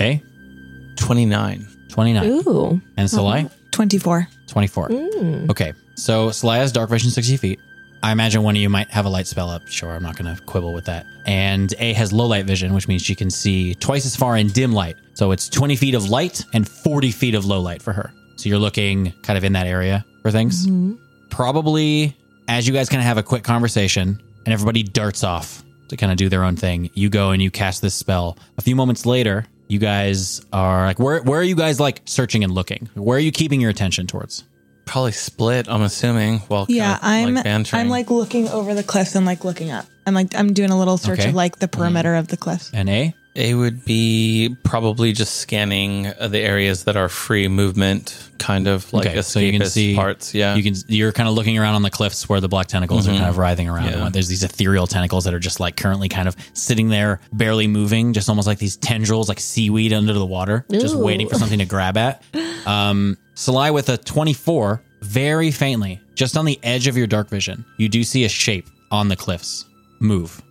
Speaker 2: A,
Speaker 4: 29.
Speaker 2: 29.
Speaker 6: Ooh.
Speaker 2: And Salai?
Speaker 5: Twenty four.
Speaker 2: 24. Okay. So Salaya's dark vision 60 feet. I imagine one of you might have a light spell up. Sure, I'm not going to quibble with that. And A has low light vision, which means she can see twice as far in dim light. So it's 20 feet of light and 40 feet of low light for her. So you're looking kind of in that area for things. Probably as you guys kind of have a quick conversation and everybody darts off to kind of do their own thing, you go and you cast this spell. A few moments later, you guys are like, where, where are you guys like searching and looking? Where are you keeping your attention towards?
Speaker 4: Probably split, I'm assuming. Well,
Speaker 5: Yeah, I'm
Speaker 4: bantering.
Speaker 5: I'm like looking over the cliffs and like looking up. I'm like I'm doing a little search
Speaker 2: Okay.
Speaker 5: of like the perimeter of the cliffs.
Speaker 2: And A?
Speaker 4: It would be probably just scanning uh, the areas that are free movement, kind of like
Speaker 2: Okay,
Speaker 4: escapist
Speaker 2: uh, so you can see-
Speaker 4: parts. Yeah, Mm-hmm.
Speaker 2: you can you're kind of looking around on the cliffs where the black tentacles are kind of writhing around.
Speaker 4: Yeah.
Speaker 2: There's these ethereal tentacles that are just like currently kind of sitting there, barely moving, just almost like these tendrils, like seaweed under the water, just
Speaker 6: Ooh.
Speaker 2: waiting for something to grab at. Um, Salai with a 24, very faintly, just on the edge of your dark vision, you do see a shape on the cliffs move,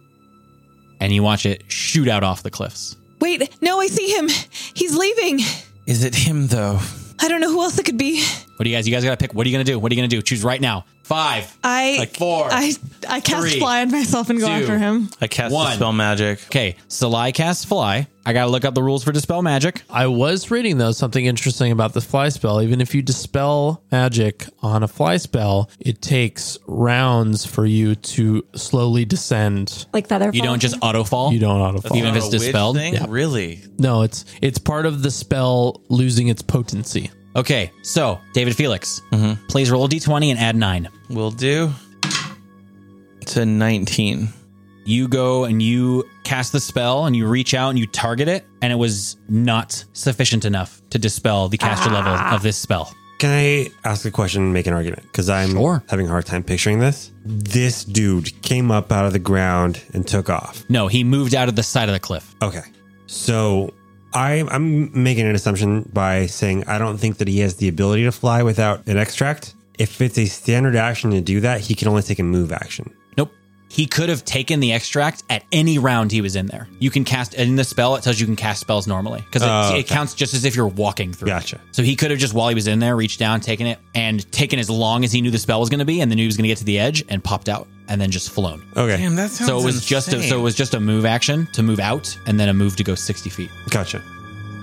Speaker 2: and you watch it shoot out off the cliffs.
Speaker 5: Wait, no, I see him. He's leaving.
Speaker 4: Is it him though?
Speaker 5: I don't know who else it could be.
Speaker 2: What do you guys? You guys got to pick. What are you gonna do? What are you gonna do? Choose right now. Five.
Speaker 5: I
Speaker 2: Like four,
Speaker 5: I I cast
Speaker 2: three,
Speaker 5: fly on myself and go
Speaker 2: two.
Speaker 5: after him.
Speaker 4: I cast
Speaker 2: One.
Speaker 4: the spell magic.
Speaker 2: Okay, Salai casts fly. I gotta look up the rules for dispel magic.
Speaker 7: I was reading though something interesting about the fly spell. Even if you dispel magic on a fly spell, it takes rounds for you to slowly descend.
Speaker 6: Like feather.
Speaker 2: You don't
Speaker 6: falls.
Speaker 2: just auto fall.
Speaker 7: Uh-huh. You don't auto fall.
Speaker 2: Even if it's
Speaker 4: A witch
Speaker 2: dispelled?
Speaker 4: thing?
Speaker 2: Yeah.
Speaker 4: Really?
Speaker 7: no, it's it's part of the spell losing its potency.
Speaker 2: Okay, so David Felix,
Speaker 7: Mm-hmm.
Speaker 2: please roll a d20 and add nine.
Speaker 4: Will do. To 19.
Speaker 2: You go and you cast the spell and you reach out and you target it, and it was not sufficient enough to dispel the caster level
Speaker 7: Ah.
Speaker 2: of this spell.
Speaker 1: Can I ask a question and make an argument? Because I'm
Speaker 2: Sure.
Speaker 1: having a hard time picturing this. This dude came up out of the ground and took off.
Speaker 2: No, he moved out of the side of the cliff.
Speaker 1: Okay. So I, I'm making an assumption by saying I don't think that he has the ability to fly without an extract. If it's a standard action to do that, he can only take a move action.
Speaker 2: Nope. He could have taken the extract at any round he was in there. You can cast in the spell, it tells you can cast spells normally because it,
Speaker 1: Oh,
Speaker 2: it counts just as if you're walking through.
Speaker 1: Gotcha.
Speaker 2: So he could have just, while he was in there, reached down, taken it, and taken as long as he knew the spell was going to be, and then he was going to get to the edge and popped out and then just flown.
Speaker 1: Okay.
Speaker 4: Damn, that sounds
Speaker 2: so it was just a, so it was just a move action to move out and then a move to go 60 feet.
Speaker 1: Gotcha.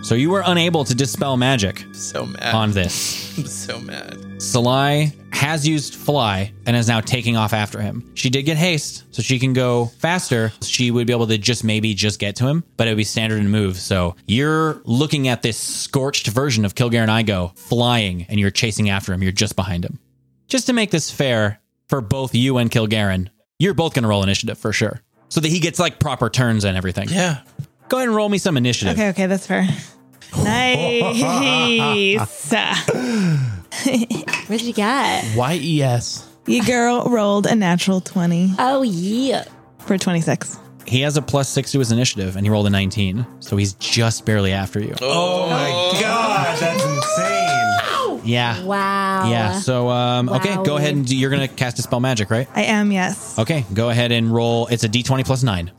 Speaker 2: So you were unable to dispel magic
Speaker 4: so mad.
Speaker 2: on this.
Speaker 4: I'm so mad.
Speaker 2: Salai has used fly and is now taking off after him. She did get haste, so she can go faster. She would be able to just maybe just get to him, but it would be standard and move. So you're looking at this scorched version of Kilgare and Igo flying and you're chasing after him. You're just behind him. Just to make this fair for both you and Kilgaren, you're both going to roll initiative for sure. So that he gets like proper turns and everything.
Speaker 4: Yeah.
Speaker 2: Go ahead and roll me some initiative.
Speaker 5: Okay, okay, that's fair. Nice.
Speaker 6: What did you get?
Speaker 7: E YES.
Speaker 5: you girl rolled a natural 20
Speaker 6: Oh yeah.
Speaker 5: for 26.
Speaker 2: He has a plus six to his initiative, and he rolled a 19. So he's just barely after you.
Speaker 1: Oh my god, that's insane.
Speaker 2: Yeah.
Speaker 6: Wow.
Speaker 2: Yeah. So, um, okay, go
Speaker 6: Wowie.
Speaker 2: ahead and do, you're going to cast a spell magic, right?
Speaker 5: I am, yes.
Speaker 2: Okay, go ahead and roll. It's a d20 plus nine.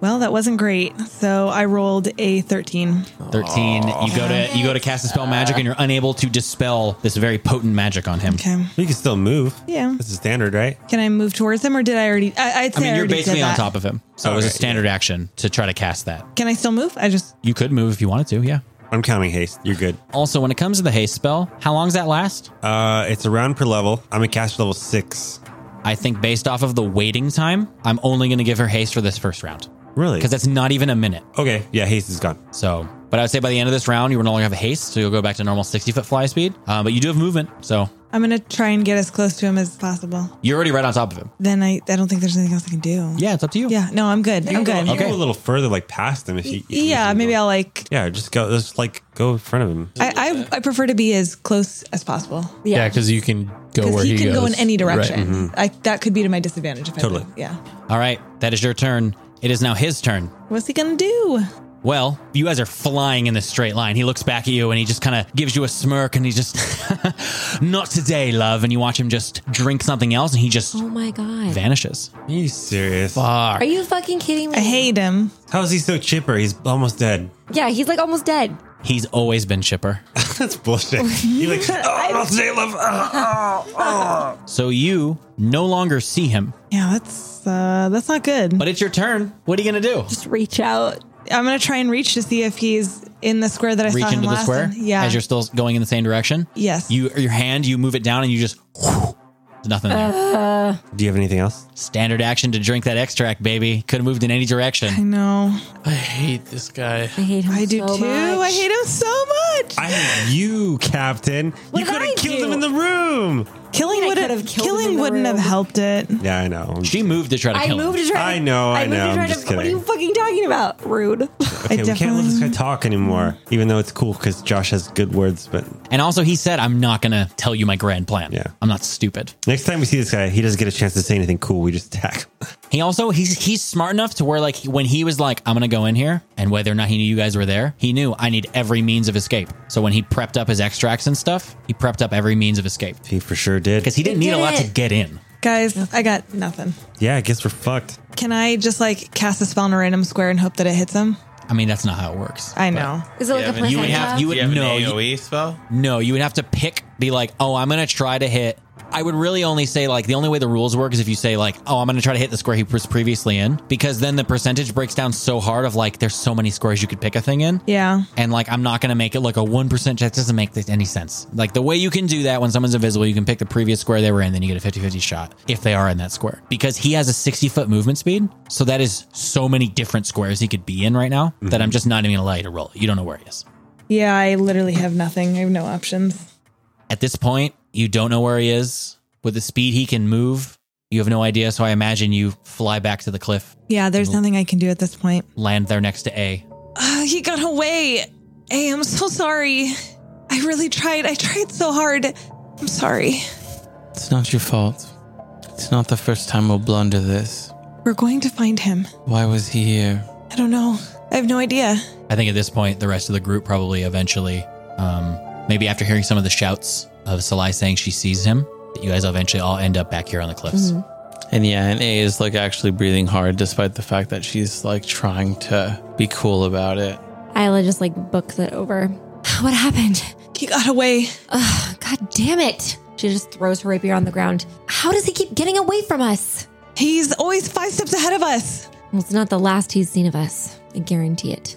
Speaker 5: Well, that wasn't great. So I rolled a 13.
Speaker 2: 13. You go to you go to cast a spell magic, and you're unable to dispel this very potent magic on him.
Speaker 5: Okay.
Speaker 1: You can still move.
Speaker 5: Yeah.
Speaker 1: This is standard, right?
Speaker 5: Can I move towards him or did I already? I, I'd
Speaker 2: I
Speaker 5: say
Speaker 2: mean, you're
Speaker 5: already did
Speaker 2: basically on
Speaker 5: that.
Speaker 2: top of him. So it was a
Speaker 1: Okay, yeah.
Speaker 2: standard action to try to cast that.
Speaker 5: Can I still move? I just,
Speaker 2: You could move if you wanted to, yeah.
Speaker 1: I'm counting haste. You're good.
Speaker 2: Also, when it comes to the haste spell, how long does that last?
Speaker 1: Uh, it's a round per level. I'm a caster level six.
Speaker 2: I think based off of the waiting time, I'm only going to give her haste for this first round
Speaker 1: Really?
Speaker 2: because that's not even a minute.
Speaker 1: okay, yeah, haste is gone.
Speaker 2: So, but I would say by the end of this round, you will no longer have haste, so you'll go back to normal 60 foot fly speed. Uh, but you do have movement, so
Speaker 5: I'm going to try and get as close to him as possible.
Speaker 2: you're already right on top of him.
Speaker 5: Then I, I don't think there's anything else I can do.
Speaker 2: Yeah, it's up to you.
Speaker 5: Yeah. No, I'm good. I'm good.
Speaker 1: You
Speaker 2: Okay.
Speaker 1: go a little further, like past him, if you. If you
Speaker 5: Yeah.
Speaker 1: can
Speaker 5: Maybe
Speaker 1: go.
Speaker 5: I'll like,
Speaker 1: Yeah, just go. Just like go in front of him.
Speaker 5: I, I, I prefer to be as close as possible.
Speaker 7: Yeah, because you can go
Speaker 5: Because
Speaker 7: where
Speaker 5: he,
Speaker 7: he,
Speaker 5: can
Speaker 7: goes.
Speaker 5: go in any
Speaker 7: Right.
Speaker 5: direction. I, that could be to my disadvantage. If
Speaker 1: Totally.
Speaker 5: I move. yeah.
Speaker 2: All right, that is your turn. It is now his turn.
Speaker 5: What's he gonna do?
Speaker 2: Well, you guys are flying in this straight line. He looks back at you and he just kind of gives you a smirk and he's just, not today, love. And you watch him just drink something else and he just
Speaker 6: Oh my god.
Speaker 2: vanishes.
Speaker 1: Are you serious?
Speaker 6: Are you fucking kidding me?
Speaker 5: I hate him.
Speaker 1: How's he so chipper? He's almost dead.
Speaker 6: Yeah, he's like almost dead.
Speaker 2: He's always been chipper.
Speaker 1: That's bullshit. He like, oh, not today, love. Oh, oh, oh."
Speaker 2: So you no longer see him,
Speaker 5: Yeah, that's uh, that's not good.
Speaker 2: but it's your turn. What are you going to do?
Speaker 6: Just reach out.
Speaker 5: I'm gonna try and reach to see if he's in the square that I saw
Speaker 2: reach
Speaker 5: him
Speaker 2: into the
Speaker 5: last.
Speaker 2: square
Speaker 5: in. Yeah.
Speaker 2: as you're still going in the same direction
Speaker 5: yes.
Speaker 2: you your hand you move it down and you just whew, there's nothing there
Speaker 6: Uh.
Speaker 1: Do you have anything else?
Speaker 2: standard action to drink that extract baby could have moved in any
Speaker 5: I
Speaker 2: direction
Speaker 5: know.
Speaker 7: I hate this guy.
Speaker 6: I hate him.
Speaker 5: I do
Speaker 6: so
Speaker 5: too.
Speaker 6: much.
Speaker 5: I hate him so much.
Speaker 1: I hate you, Captain. you
Speaker 6: did
Speaker 1: could
Speaker 6: I
Speaker 1: have killed
Speaker 6: do?
Speaker 1: him in the room.
Speaker 5: killing
Speaker 6: I
Speaker 5: would
Speaker 6: could've
Speaker 5: have
Speaker 6: killed him in
Speaker 5: killing
Speaker 6: the
Speaker 5: wouldn't have
Speaker 6: room.
Speaker 5: helped it.
Speaker 1: Yeah, I know.
Speaker 2: she moved to try to
Speaker 6: I
Speaker 2: kill
Speaker 6: moved
Speaker 2: him
Speaker 6: to try.
Speaker 1: I know, I
Speaker 6: moved
Speaker 1: know,
Speaker 6: To
Speaker 1: I'm
Speaker 6: try
Speaker 1: just
Speaker 6: to, what are
Speaker 1: kidding.
Speaker 6: you fucking talking about? Rude.
Speaker 1: Okay, we can't let this guy
Speaker 5: definitely-
Speaker 1: talk anymore. Even though it's cool because Josh has good words, but
Speaker 2: and also he said i'm not gonna tell you my grand plan
Speaker 1: Yeah.
Speaker 2: i'm not stupid
Speaker 1: next time we see this guy, he doesn't get a chance to say anything cool. We just attack. him.
Speaker 2: he also he's he's smart enough to where like he- when he was like i'm gonna go in here and whether or not he knew you guys were there he knew i need every means of escape so when he prepped up his extracts and stuff he prepped up every means of escape
Speaker 1: he for sure did.
Speaker 2: because he didn't
Speaker 6: He
Speaker 2: need a
Speaker 6: did
Speaker 2: lot to
Speaker 6: it.
Speaker 2: get in
Speaker 5: Guys, I got nothing.
Speaker 1: Yeah, I guess we're fucked.
Speaker 5: Can I just like cast a spell in a random square and hope that it hits him?
Speaker 2: i mean that's not how it works
Speaker 5: I know.
Speaker 6: Is it like
Speaker 4: Yeah,
Speaker 6: a
Speaker 4: but
Speaker 6: placenta?
Speaker 4: you
Speaker 2: would have- you would-
Speaker 4: Do you have
Speaker 2: No,
Speaker 4: an
Speaker 2: you-
Speaker 4: AoE spell?
Speaker 2: No, you would have to pick, be like, oh, I'm going to try to hit I would really only say like the only way the rules work is if you say like, oh, I'm going to try to hit the square he was previously in, because then the percentage breaks down so hard of like there's so many squares you could pick a thing in.
Speaker 5: Yeah.
Speaker 2: And like, I'm not going to make it like a 1% chance. That doesn't make this any sense. Like, the way you can do that when someone's invisible, you can pick the previous square they were in, then you get a 50 50 shot if they are in that square. Because he has a 60 foot movement speed. So that is so many different squares he could be in right now that I'm just not even going to allow you to roll. it. You don't know where he is.
Speaker 5: Yeah, I literally have nothing. I have no options.
Speaker 2: At this point, you don't know where he is. With the speed he can move, you have no idea. So I imagine you fly back to the cliff,
Speaker 5: Yeah, there's nothing I can do at this point.
Speaker 2: land there next to A.
Speaker 5: Uh, he got away. Hey, I'm so sorry. I really tried. I tried so hard. I'm sorry.
Speaker 4: It's not your fault. It's not the first time we'll blunder this.
Speaker 5: We're going to find him.
Speaker 4: Why was he here?
Speaker 5: I don't know. I have no idea.
Speaker 2: I think at this point, the rest of the group probably eventually, um, maybe after hearing some of the shouts of Salai saying she sees him, that you guys eventually all end up back here on the cliffs.
Speaker 4: And yeah, and A is like actually breathing hard despite the fact that she's like trying to be cool about it.
Speaker 6: Isla just like books it over. What happened?
Speaker 5: He got away.
Speaker 6: Ugh, God damn it. She just throws her rapier on the ground. How does he keep getting away from us?
Speaker 5: He's always five steps ahead of us.
Speaker 6: Well, it's not the last he's seen of us. I guarantee it.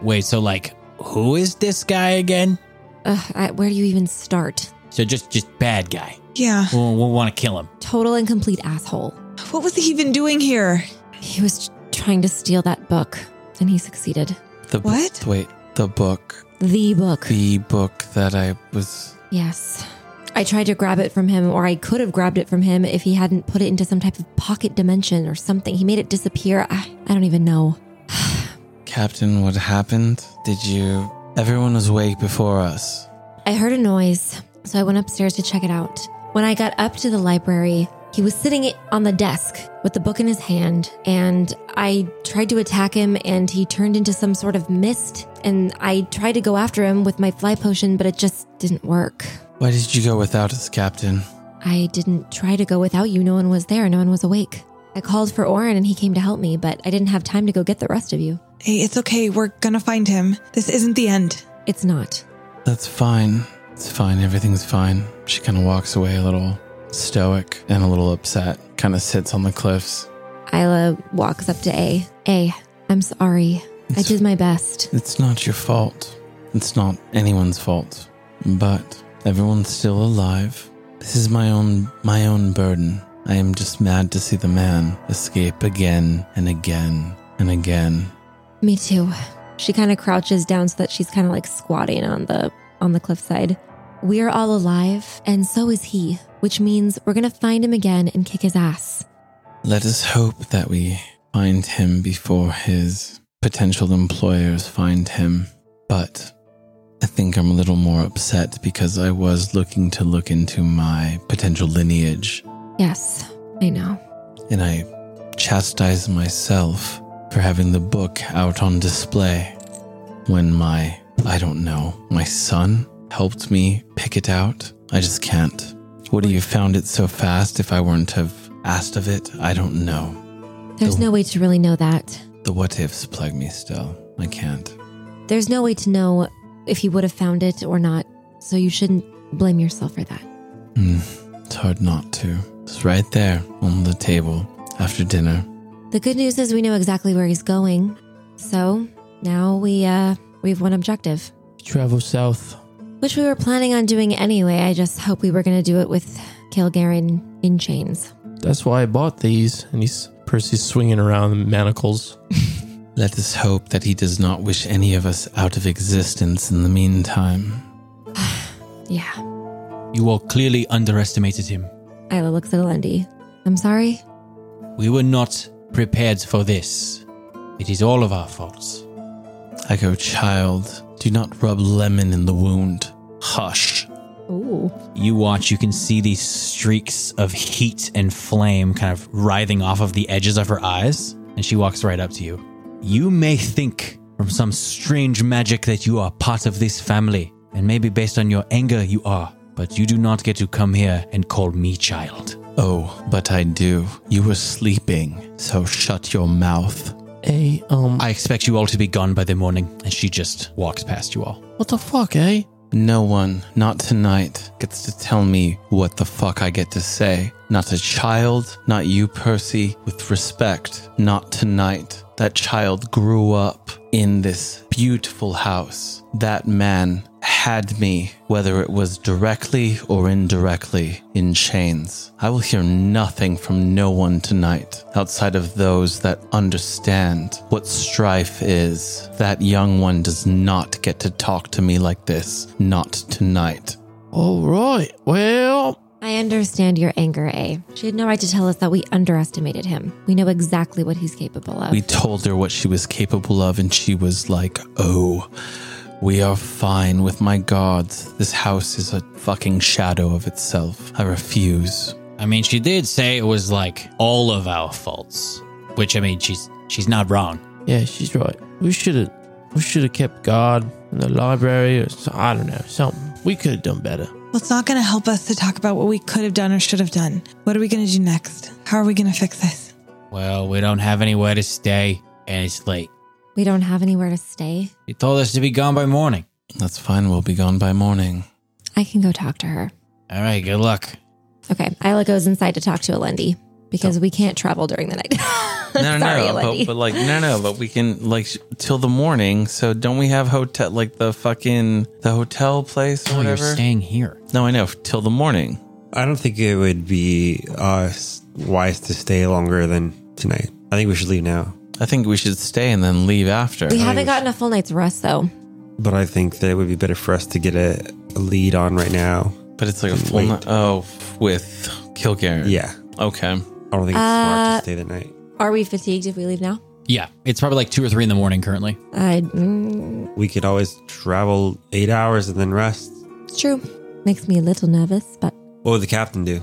Speaker 2: Wait, so like, who is this guy again?
Speaker 6: Ugh, I, where do you even start?
Speaker 2: So just, just bad guy.
Speaker 5: Yeah.
Speaker 2: We we'll want to kill him.
Speaker 6: Total and complete asshole.
Speaker 5: What was he even doing here?
Speaker 6: He was trying to steal that book, and he succeeded.
Speaker 4: The b-
Speaker 5: What?
Speaker 4: wait, the book.
Speaker 6: The book.
Speaker 4: The book that I was
Speaker 6: Yes. I tried to grab it from him, or I could have grabbed it from him if he hadn't put it into some type of pocket dimension or something. He made it disappear. I, I don't even know.
Speaker 4: Captain, what happened? Did you everyone was awake before us.
Speaker 6: I heard a noise, so I went upstairs to check it out. When I got up to the library, he was sitting on the desk with the book in his hand, and I tried to attack him, and he turned into some sort of mist. And I tried to go after him with my fly potion, but it just didn't work.
Speaker 4: Why did you go without us, Captain?
Speaker 6: I didn't try to go without you. No one was there. No one was awake. I called for Orin and he came to help me, but I didn't have time to go get the rest of you.
Speaker 5: Hey, it's okay. We're gonna find him. This isn't the end.
Speaker 6: It's not.
Speaker 4: That's fine. It's fine. Everything's fine. She kind of walks away a little stoic and a little upset. Kind of sits on the cliffs.
Speaker 6: Isla walks up to A. A, I'm sorry. I did my best.
Speaker 4: It's not your fault. It's not anyone's fault. But everyone's still alive. This is my own my own burden. I am just mad to see the man escape again and again and again.
Speaker 6: Me too. She kind of crouches down so that she's kind of like squatting on the on the cliffside. We are all alive, and so is he, which means we're gonna find him again and kick his ass.
Speaker 4: Let us hope that we find him before his potential employers find him. But I think I'm a little more upset because I was looking to look into my potential lineage
Speaker 6: Yes, I know.
Speaker 4: and I chastise myself for having the book out on display when my, I don't know, my son helped me pick it out. I just can't. Would you have found it so fast if I weren't to have asked of it? I don't know.
Speaker 6: There's no way to really know that.
Speaker 4: The what ifs plague me still. I can't.
Speaker 6: There's no way to know if he would have found it or not, so you shouldn't blame yourself for that.
Speaker 4: Hmm. it's hard not to. It's right there on the table after dinner.
Speaker 6: The good news is we know exactly where he's going. So now we uh we have one objective,
Speaker 7: Travel south.
Speaker 6: which we were planning on doing anyway. I just hope we were gonna do it with Kilgaren in chains.
Speaker 7: That's why I bought these. And he's Percy's swinging around the manacles.
Speaker 4: Let us hope that he does not wish any of us out of existence in the meantime.
Speaker 6: Yeah.
Speaker 2: You all clearly underestimated him.
Speaker 6: Isla looks at Alendi. I'm sorry?
Speaker 2: We were not prepared for this. It is all of our faults.
Speaker 4: I go, child, do not rub lemon in the wound. Hush.
Speaker 6: Ooh.
Speaker 2: You watch, you can see these streaks of heat and flame kind of writhing off of the edges of her eyes, and she walks right up to you. You may think from some strange magic that you are part of this family, and maybe based on your anger, you are, but you do not get to come here and call me child.
Speaker 4: Oh, but I do. You were sleeping, so shut your mouth.
Speaker 7: Hey, um,
Speaker 2: I expect you all to be gone by the morning, and she just walks past you all.
Speaker 7: what the fuck, eh?
Speaker 4: No one, not tonight, gets to tell me what the fuck I get to say. Not a child, not you, Percy, with respect, not tonight. That child grew up in this beautiful house. That man had me, whether it was directly or indirectly, in chains. I will hear nothing from no one tonight outside of those that understand what strife is. That young one does not get to talk to me like this. Not tonight.
Speaker 7: All right. Well,
Speaker 6: I understand your anger, A. She had no right to tell us that we underestimated him. We know exactly what he's capable of.
Speaker 4: We told her what she was capable of, and she was like, oh. We are fine with my guards. This house is a fucking shadow of itself. I refuse.
Speaker 2: I mean, she did say it was like all of our faults, which I mean, she's she's not wrong.
Speaker 7: yeah, she's right. We should have we should have kept guard in the library or so, I don't know, something. We could have done better.
Speaker 5: Well, it's not going to help us to talk about what we could have done or should have done. What are we going to do next? How are we going to fix this?
Speaker 2: Well, we don't have anywhere to stay, and it's late.
Speaker 6: we don't have anywhere to stay.
Speaker 2: She told us to be gone by morning.
Speaker 4: That's fine. We'll be gone by morning.
Speaker 6: I can go talk to her.
Speaker 2: All right, good luck.
Speaker 6: Okay, Isla goes inside to talk to Alendi because we can't travel during the night.
Speaker 4: Oh. No, no,
Speaker 6: Sorry,
Speaker 4: no,
Speaker 6: Alendi.
Speaker 4: but, but like, no, no, but we can like sh- till the morning. So don't we have hotel like the fucking the hotel place or
Speaker 2: Oh, you're
Speaker 4: whatever?
Speaker 2: staying here.
Speaker 4: No, I know till the morning.
Speaker 1: I don't think it would be uh, s- wise to stay longer than tonight. I think we should leave now.
Speaker 4: I think we should stay and then leave after.
Speaker 6: we haven't gotten a full night's rest though.
Speaker 1: But I think that it would be better for us to get a, a lead on right now.
Speaker 4: but it's like a full
Speaker 1: Wait.
Speaker 4: night. Oh, with Kilgare.
Speaker 1: Yeah.
Speaker 4: Okay.
Speaker 1: I don't think it's
Speaker 6: Uh,
Speaker 1: smart to stay the night.
Speaker 6: Are we fatigued if we leave now?
Speaker 2: Yeah, it's probably like two or three in the morning currently.
Speaker 6: I. Mm,
Speaker 1: We could always travel eight hours and then rest.
Speaker 6: it's true. Makes me a little nervous, but
Speaker 1: What would the captain do?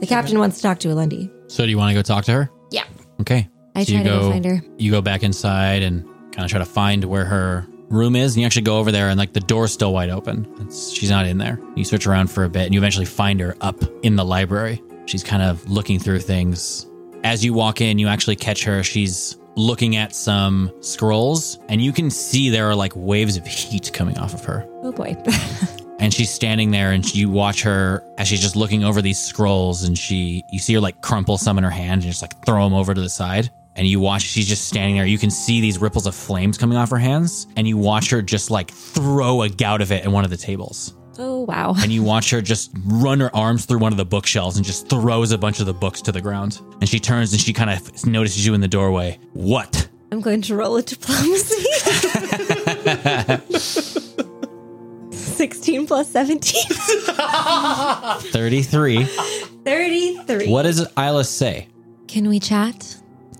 Speaker 6: the captain wants to talk to Alendi.
Speaker 2: So, do you want to go talk to her?
Speaker 6: Yeah.
Speaker 2: Okay.
Speaker 6: I
Speaker 2: So
Speaker 6: try
Speaker 2: you
Speaker 6: to go
Speaker 2: go-
Speaker 6: find her.
Speaker 2: You go back inside and kind of try to find where her room is, and you actually go over there, and like the door's still wide open. It's, she's not in there. You search around for a bit, and you eventually find her up in the library. She's kind of looking through things. As you walk in, you actually catch her. She's looking at some scrolls, and you can see there are like waves of heat coming off of her.
Speaker 6: Oh boy.
Speaker 2: and she's standing there and you watch her as she's just looking over these scrolls and she you see her like crumple some in her hand and just like throw them over to the side and you watch she's just standing there you can see these ripples of flames coming off her hands and you watch her just like throw a gout of it at one of the tables
Speaker 6: oh wow.
Speaker 2: and you watch her just run her arms through one of the bookshelves and just throws a bunch of the books to the ground and she turns and she kind of notices you in the doorway what
Speaker 6: I'm going to roll a diplomacy. 16 plus 17.
Speaker 2: 33
Speaker 6: 33.
Speaker 2: what does isla say
Speaker 6: Can we chat?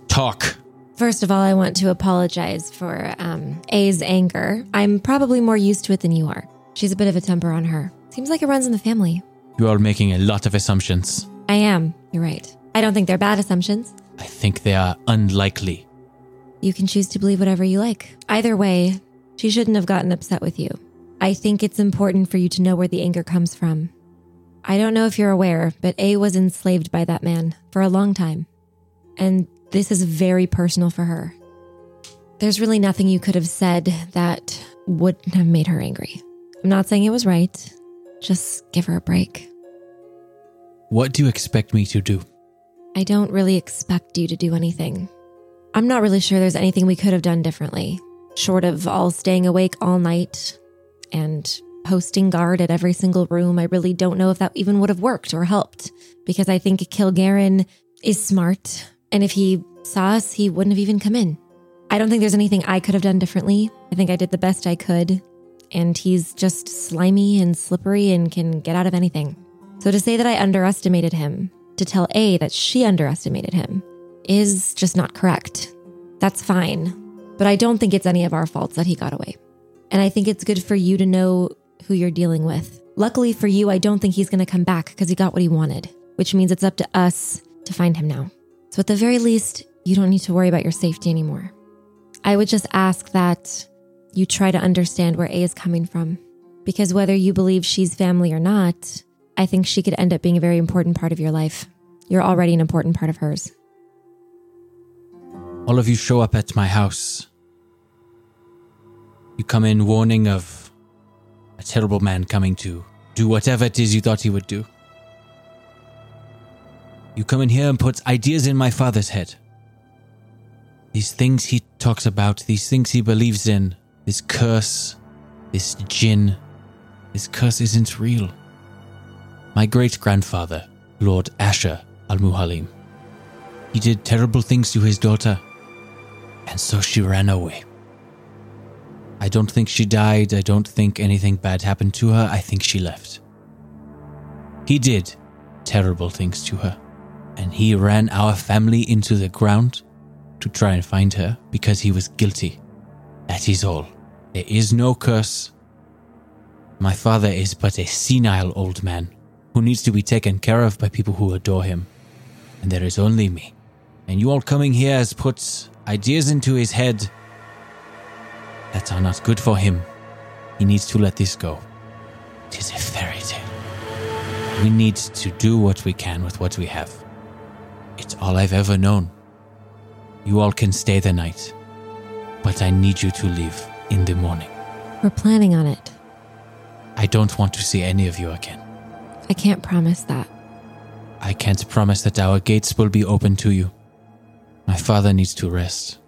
Speaker 2: talk
Speaker 6: First of all, I want to apologize for um, A's anger. I'm probably more used to it than you are. She's a bit of a temper on her. Seems like it runs in the family.
Speaker 2: you are making a lot of assumptions
Speaker 6: I am. You're right. I don't think they're bad assumptions.
Speaker 2: I think they are unlikely.
Speaker 6: You can choose to believe whatever you like. Either way, she shouldn't have gotten upset with you. I think it's important for you to know where the anger comes from. I don't know if you're aware, but A was enslaved by that man for a long time. And this is very personal for her. There's really nothing you could have said that wouldn't have made her angry. I'm not saying it was right. Just give her a break.
Speaker 2: What do you expect me to do?
Speaker 6: I don't really expect you to do anything. I'm not really sure there's anything we could have done differently, short of all staying awake all night and posting guard at every single room. I really don't know if that even would have worked or helped because I think Kilgaren is smart, and if he saw us, he wouldn't have even come in. I don't think there's anything I could have done differently. I think I did the best I could, and he's just slimy and slippery and can get out of anything. So to say that I underestimated him, to tell A that she underestimated him, is just not correct. That's fine, but I don't think it's any of our faults that he got away. And I think it's good for you to know who you're dealing with. Luckily for you, I don't think he's going to come back because he got what he wanted, which means it's up to us to find him now. So at the very least, you don't need to worry about your safety anymore. I would just ask that you try to understand where A is coming from. Because whether you believe she's family or not, I think she could end up being a very important part of your life. You're already an important part of hers.
Speaker 2: All of you show up at my house. You come in warning of a terrible man coming to do whatever it is you thought he would do. You come in here and put ideas in my father's head. These things he talks about, these things he believes in, this curse, this jinn, this curse isn't real. My great grandfather, Lord Asher al Muhalim, he did terrible things to his daughter, and so she ran away. I don't think she died. I don't think anything bad happened to her. I think she left. He did terrible things to her, and he ran our family into the ground to try and find her because he was guilty. That is all. There is no curse. My father is but a senile old man who needs to be taken care of by people who adore him. And there is only me. And you all coming here has put ideas into his head that are not good for him. He needs to let this go. It is a fairy tale. We need to do what we can with what we have. It's all I've ever known. You all can stay the night, but I need you to leave in the morning.
Speaker 6: We're planning on it.
Speaker 2: I don't want to see any of you again.
Speaker 6: I can't promise that.
Speaker 2: I can't promise that our gates will be open to you. My father needs to rest,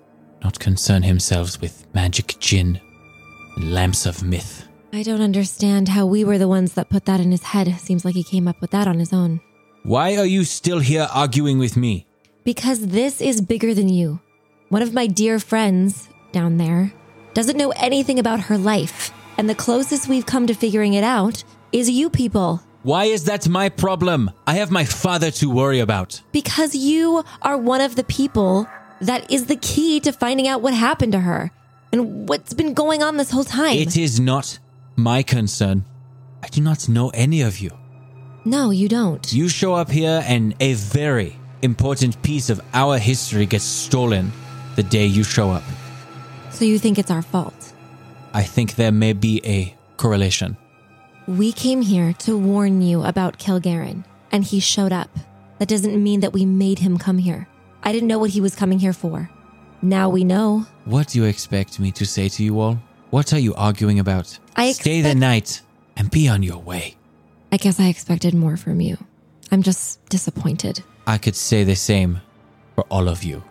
Speaker 2: not concern himself with magic jinn and lamps of myth.
Speaker 6: I don't understand how we were the ones that put that in his head. Seems like he came up with that on his own.
Speaker 2: Why are you still here arguing with me?
Speaker 6: Because this is bigger than you. One of my dear friends down there doesn't know anything about her life. And the closest we've come to figuring it out is you people.
Speaker 2: Why is that my problem? I have my father to worry about.
Speaker 6: Because you are one of the people that is the key to finding out what happened to her and what's been going on this whole time.
Speaker 2: It is not my concern. I do not know any of you.
Speaker 6: no, you don't.
Speaker 2: You show up here, and a very important piece of our history gets stolen the day you show up.
Speaker 6: so you think it's our fault.
Speaker 2: I think there may be a correlation.
Speaker 6: We came here to warn you about Kilgaren, and he showed up. That doesn't mean that we made him come here. I didn't know what he was coming here for. Now we know.
Speaker 2: What do you expect me to say to you all? What are you arguing about?
Speaker 6: I
Speaker 2: Stay the
Speaker 6: expect-
Speaker 2: night and be on your way.
Speaker 6: I guess I expected more from you. I'm just disappointed.
Speaker 2: I could say the same for all of you.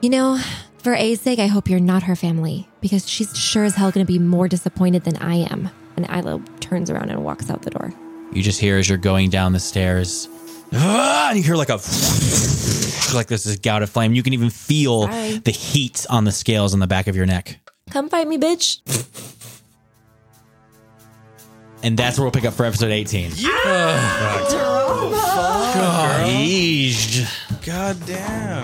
Speaker 6: You know, for A's sake, I hope you're not her family because she's sure as hell going to be more disappointed than I am. And Isla turns around and walks out the door.
Speaker 2: You just hear as you're going down the stairs, "Ah," and you hear like a like this is gout of flame. You can even feel
Speaker 6: Sorry.
Speaker 2: the heat on the scales on the back of your neck.
Speaker 6: Come fight me, bitch.
Speaker 2: And that's where we'll pick up for episode 18.
Speaker 1: Oh,
Speaker 2: Yeesh.
Speaker 8: God damn.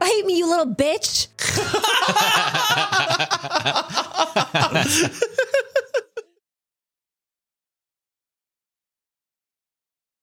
Speaker 6: Fight me, you little bitch.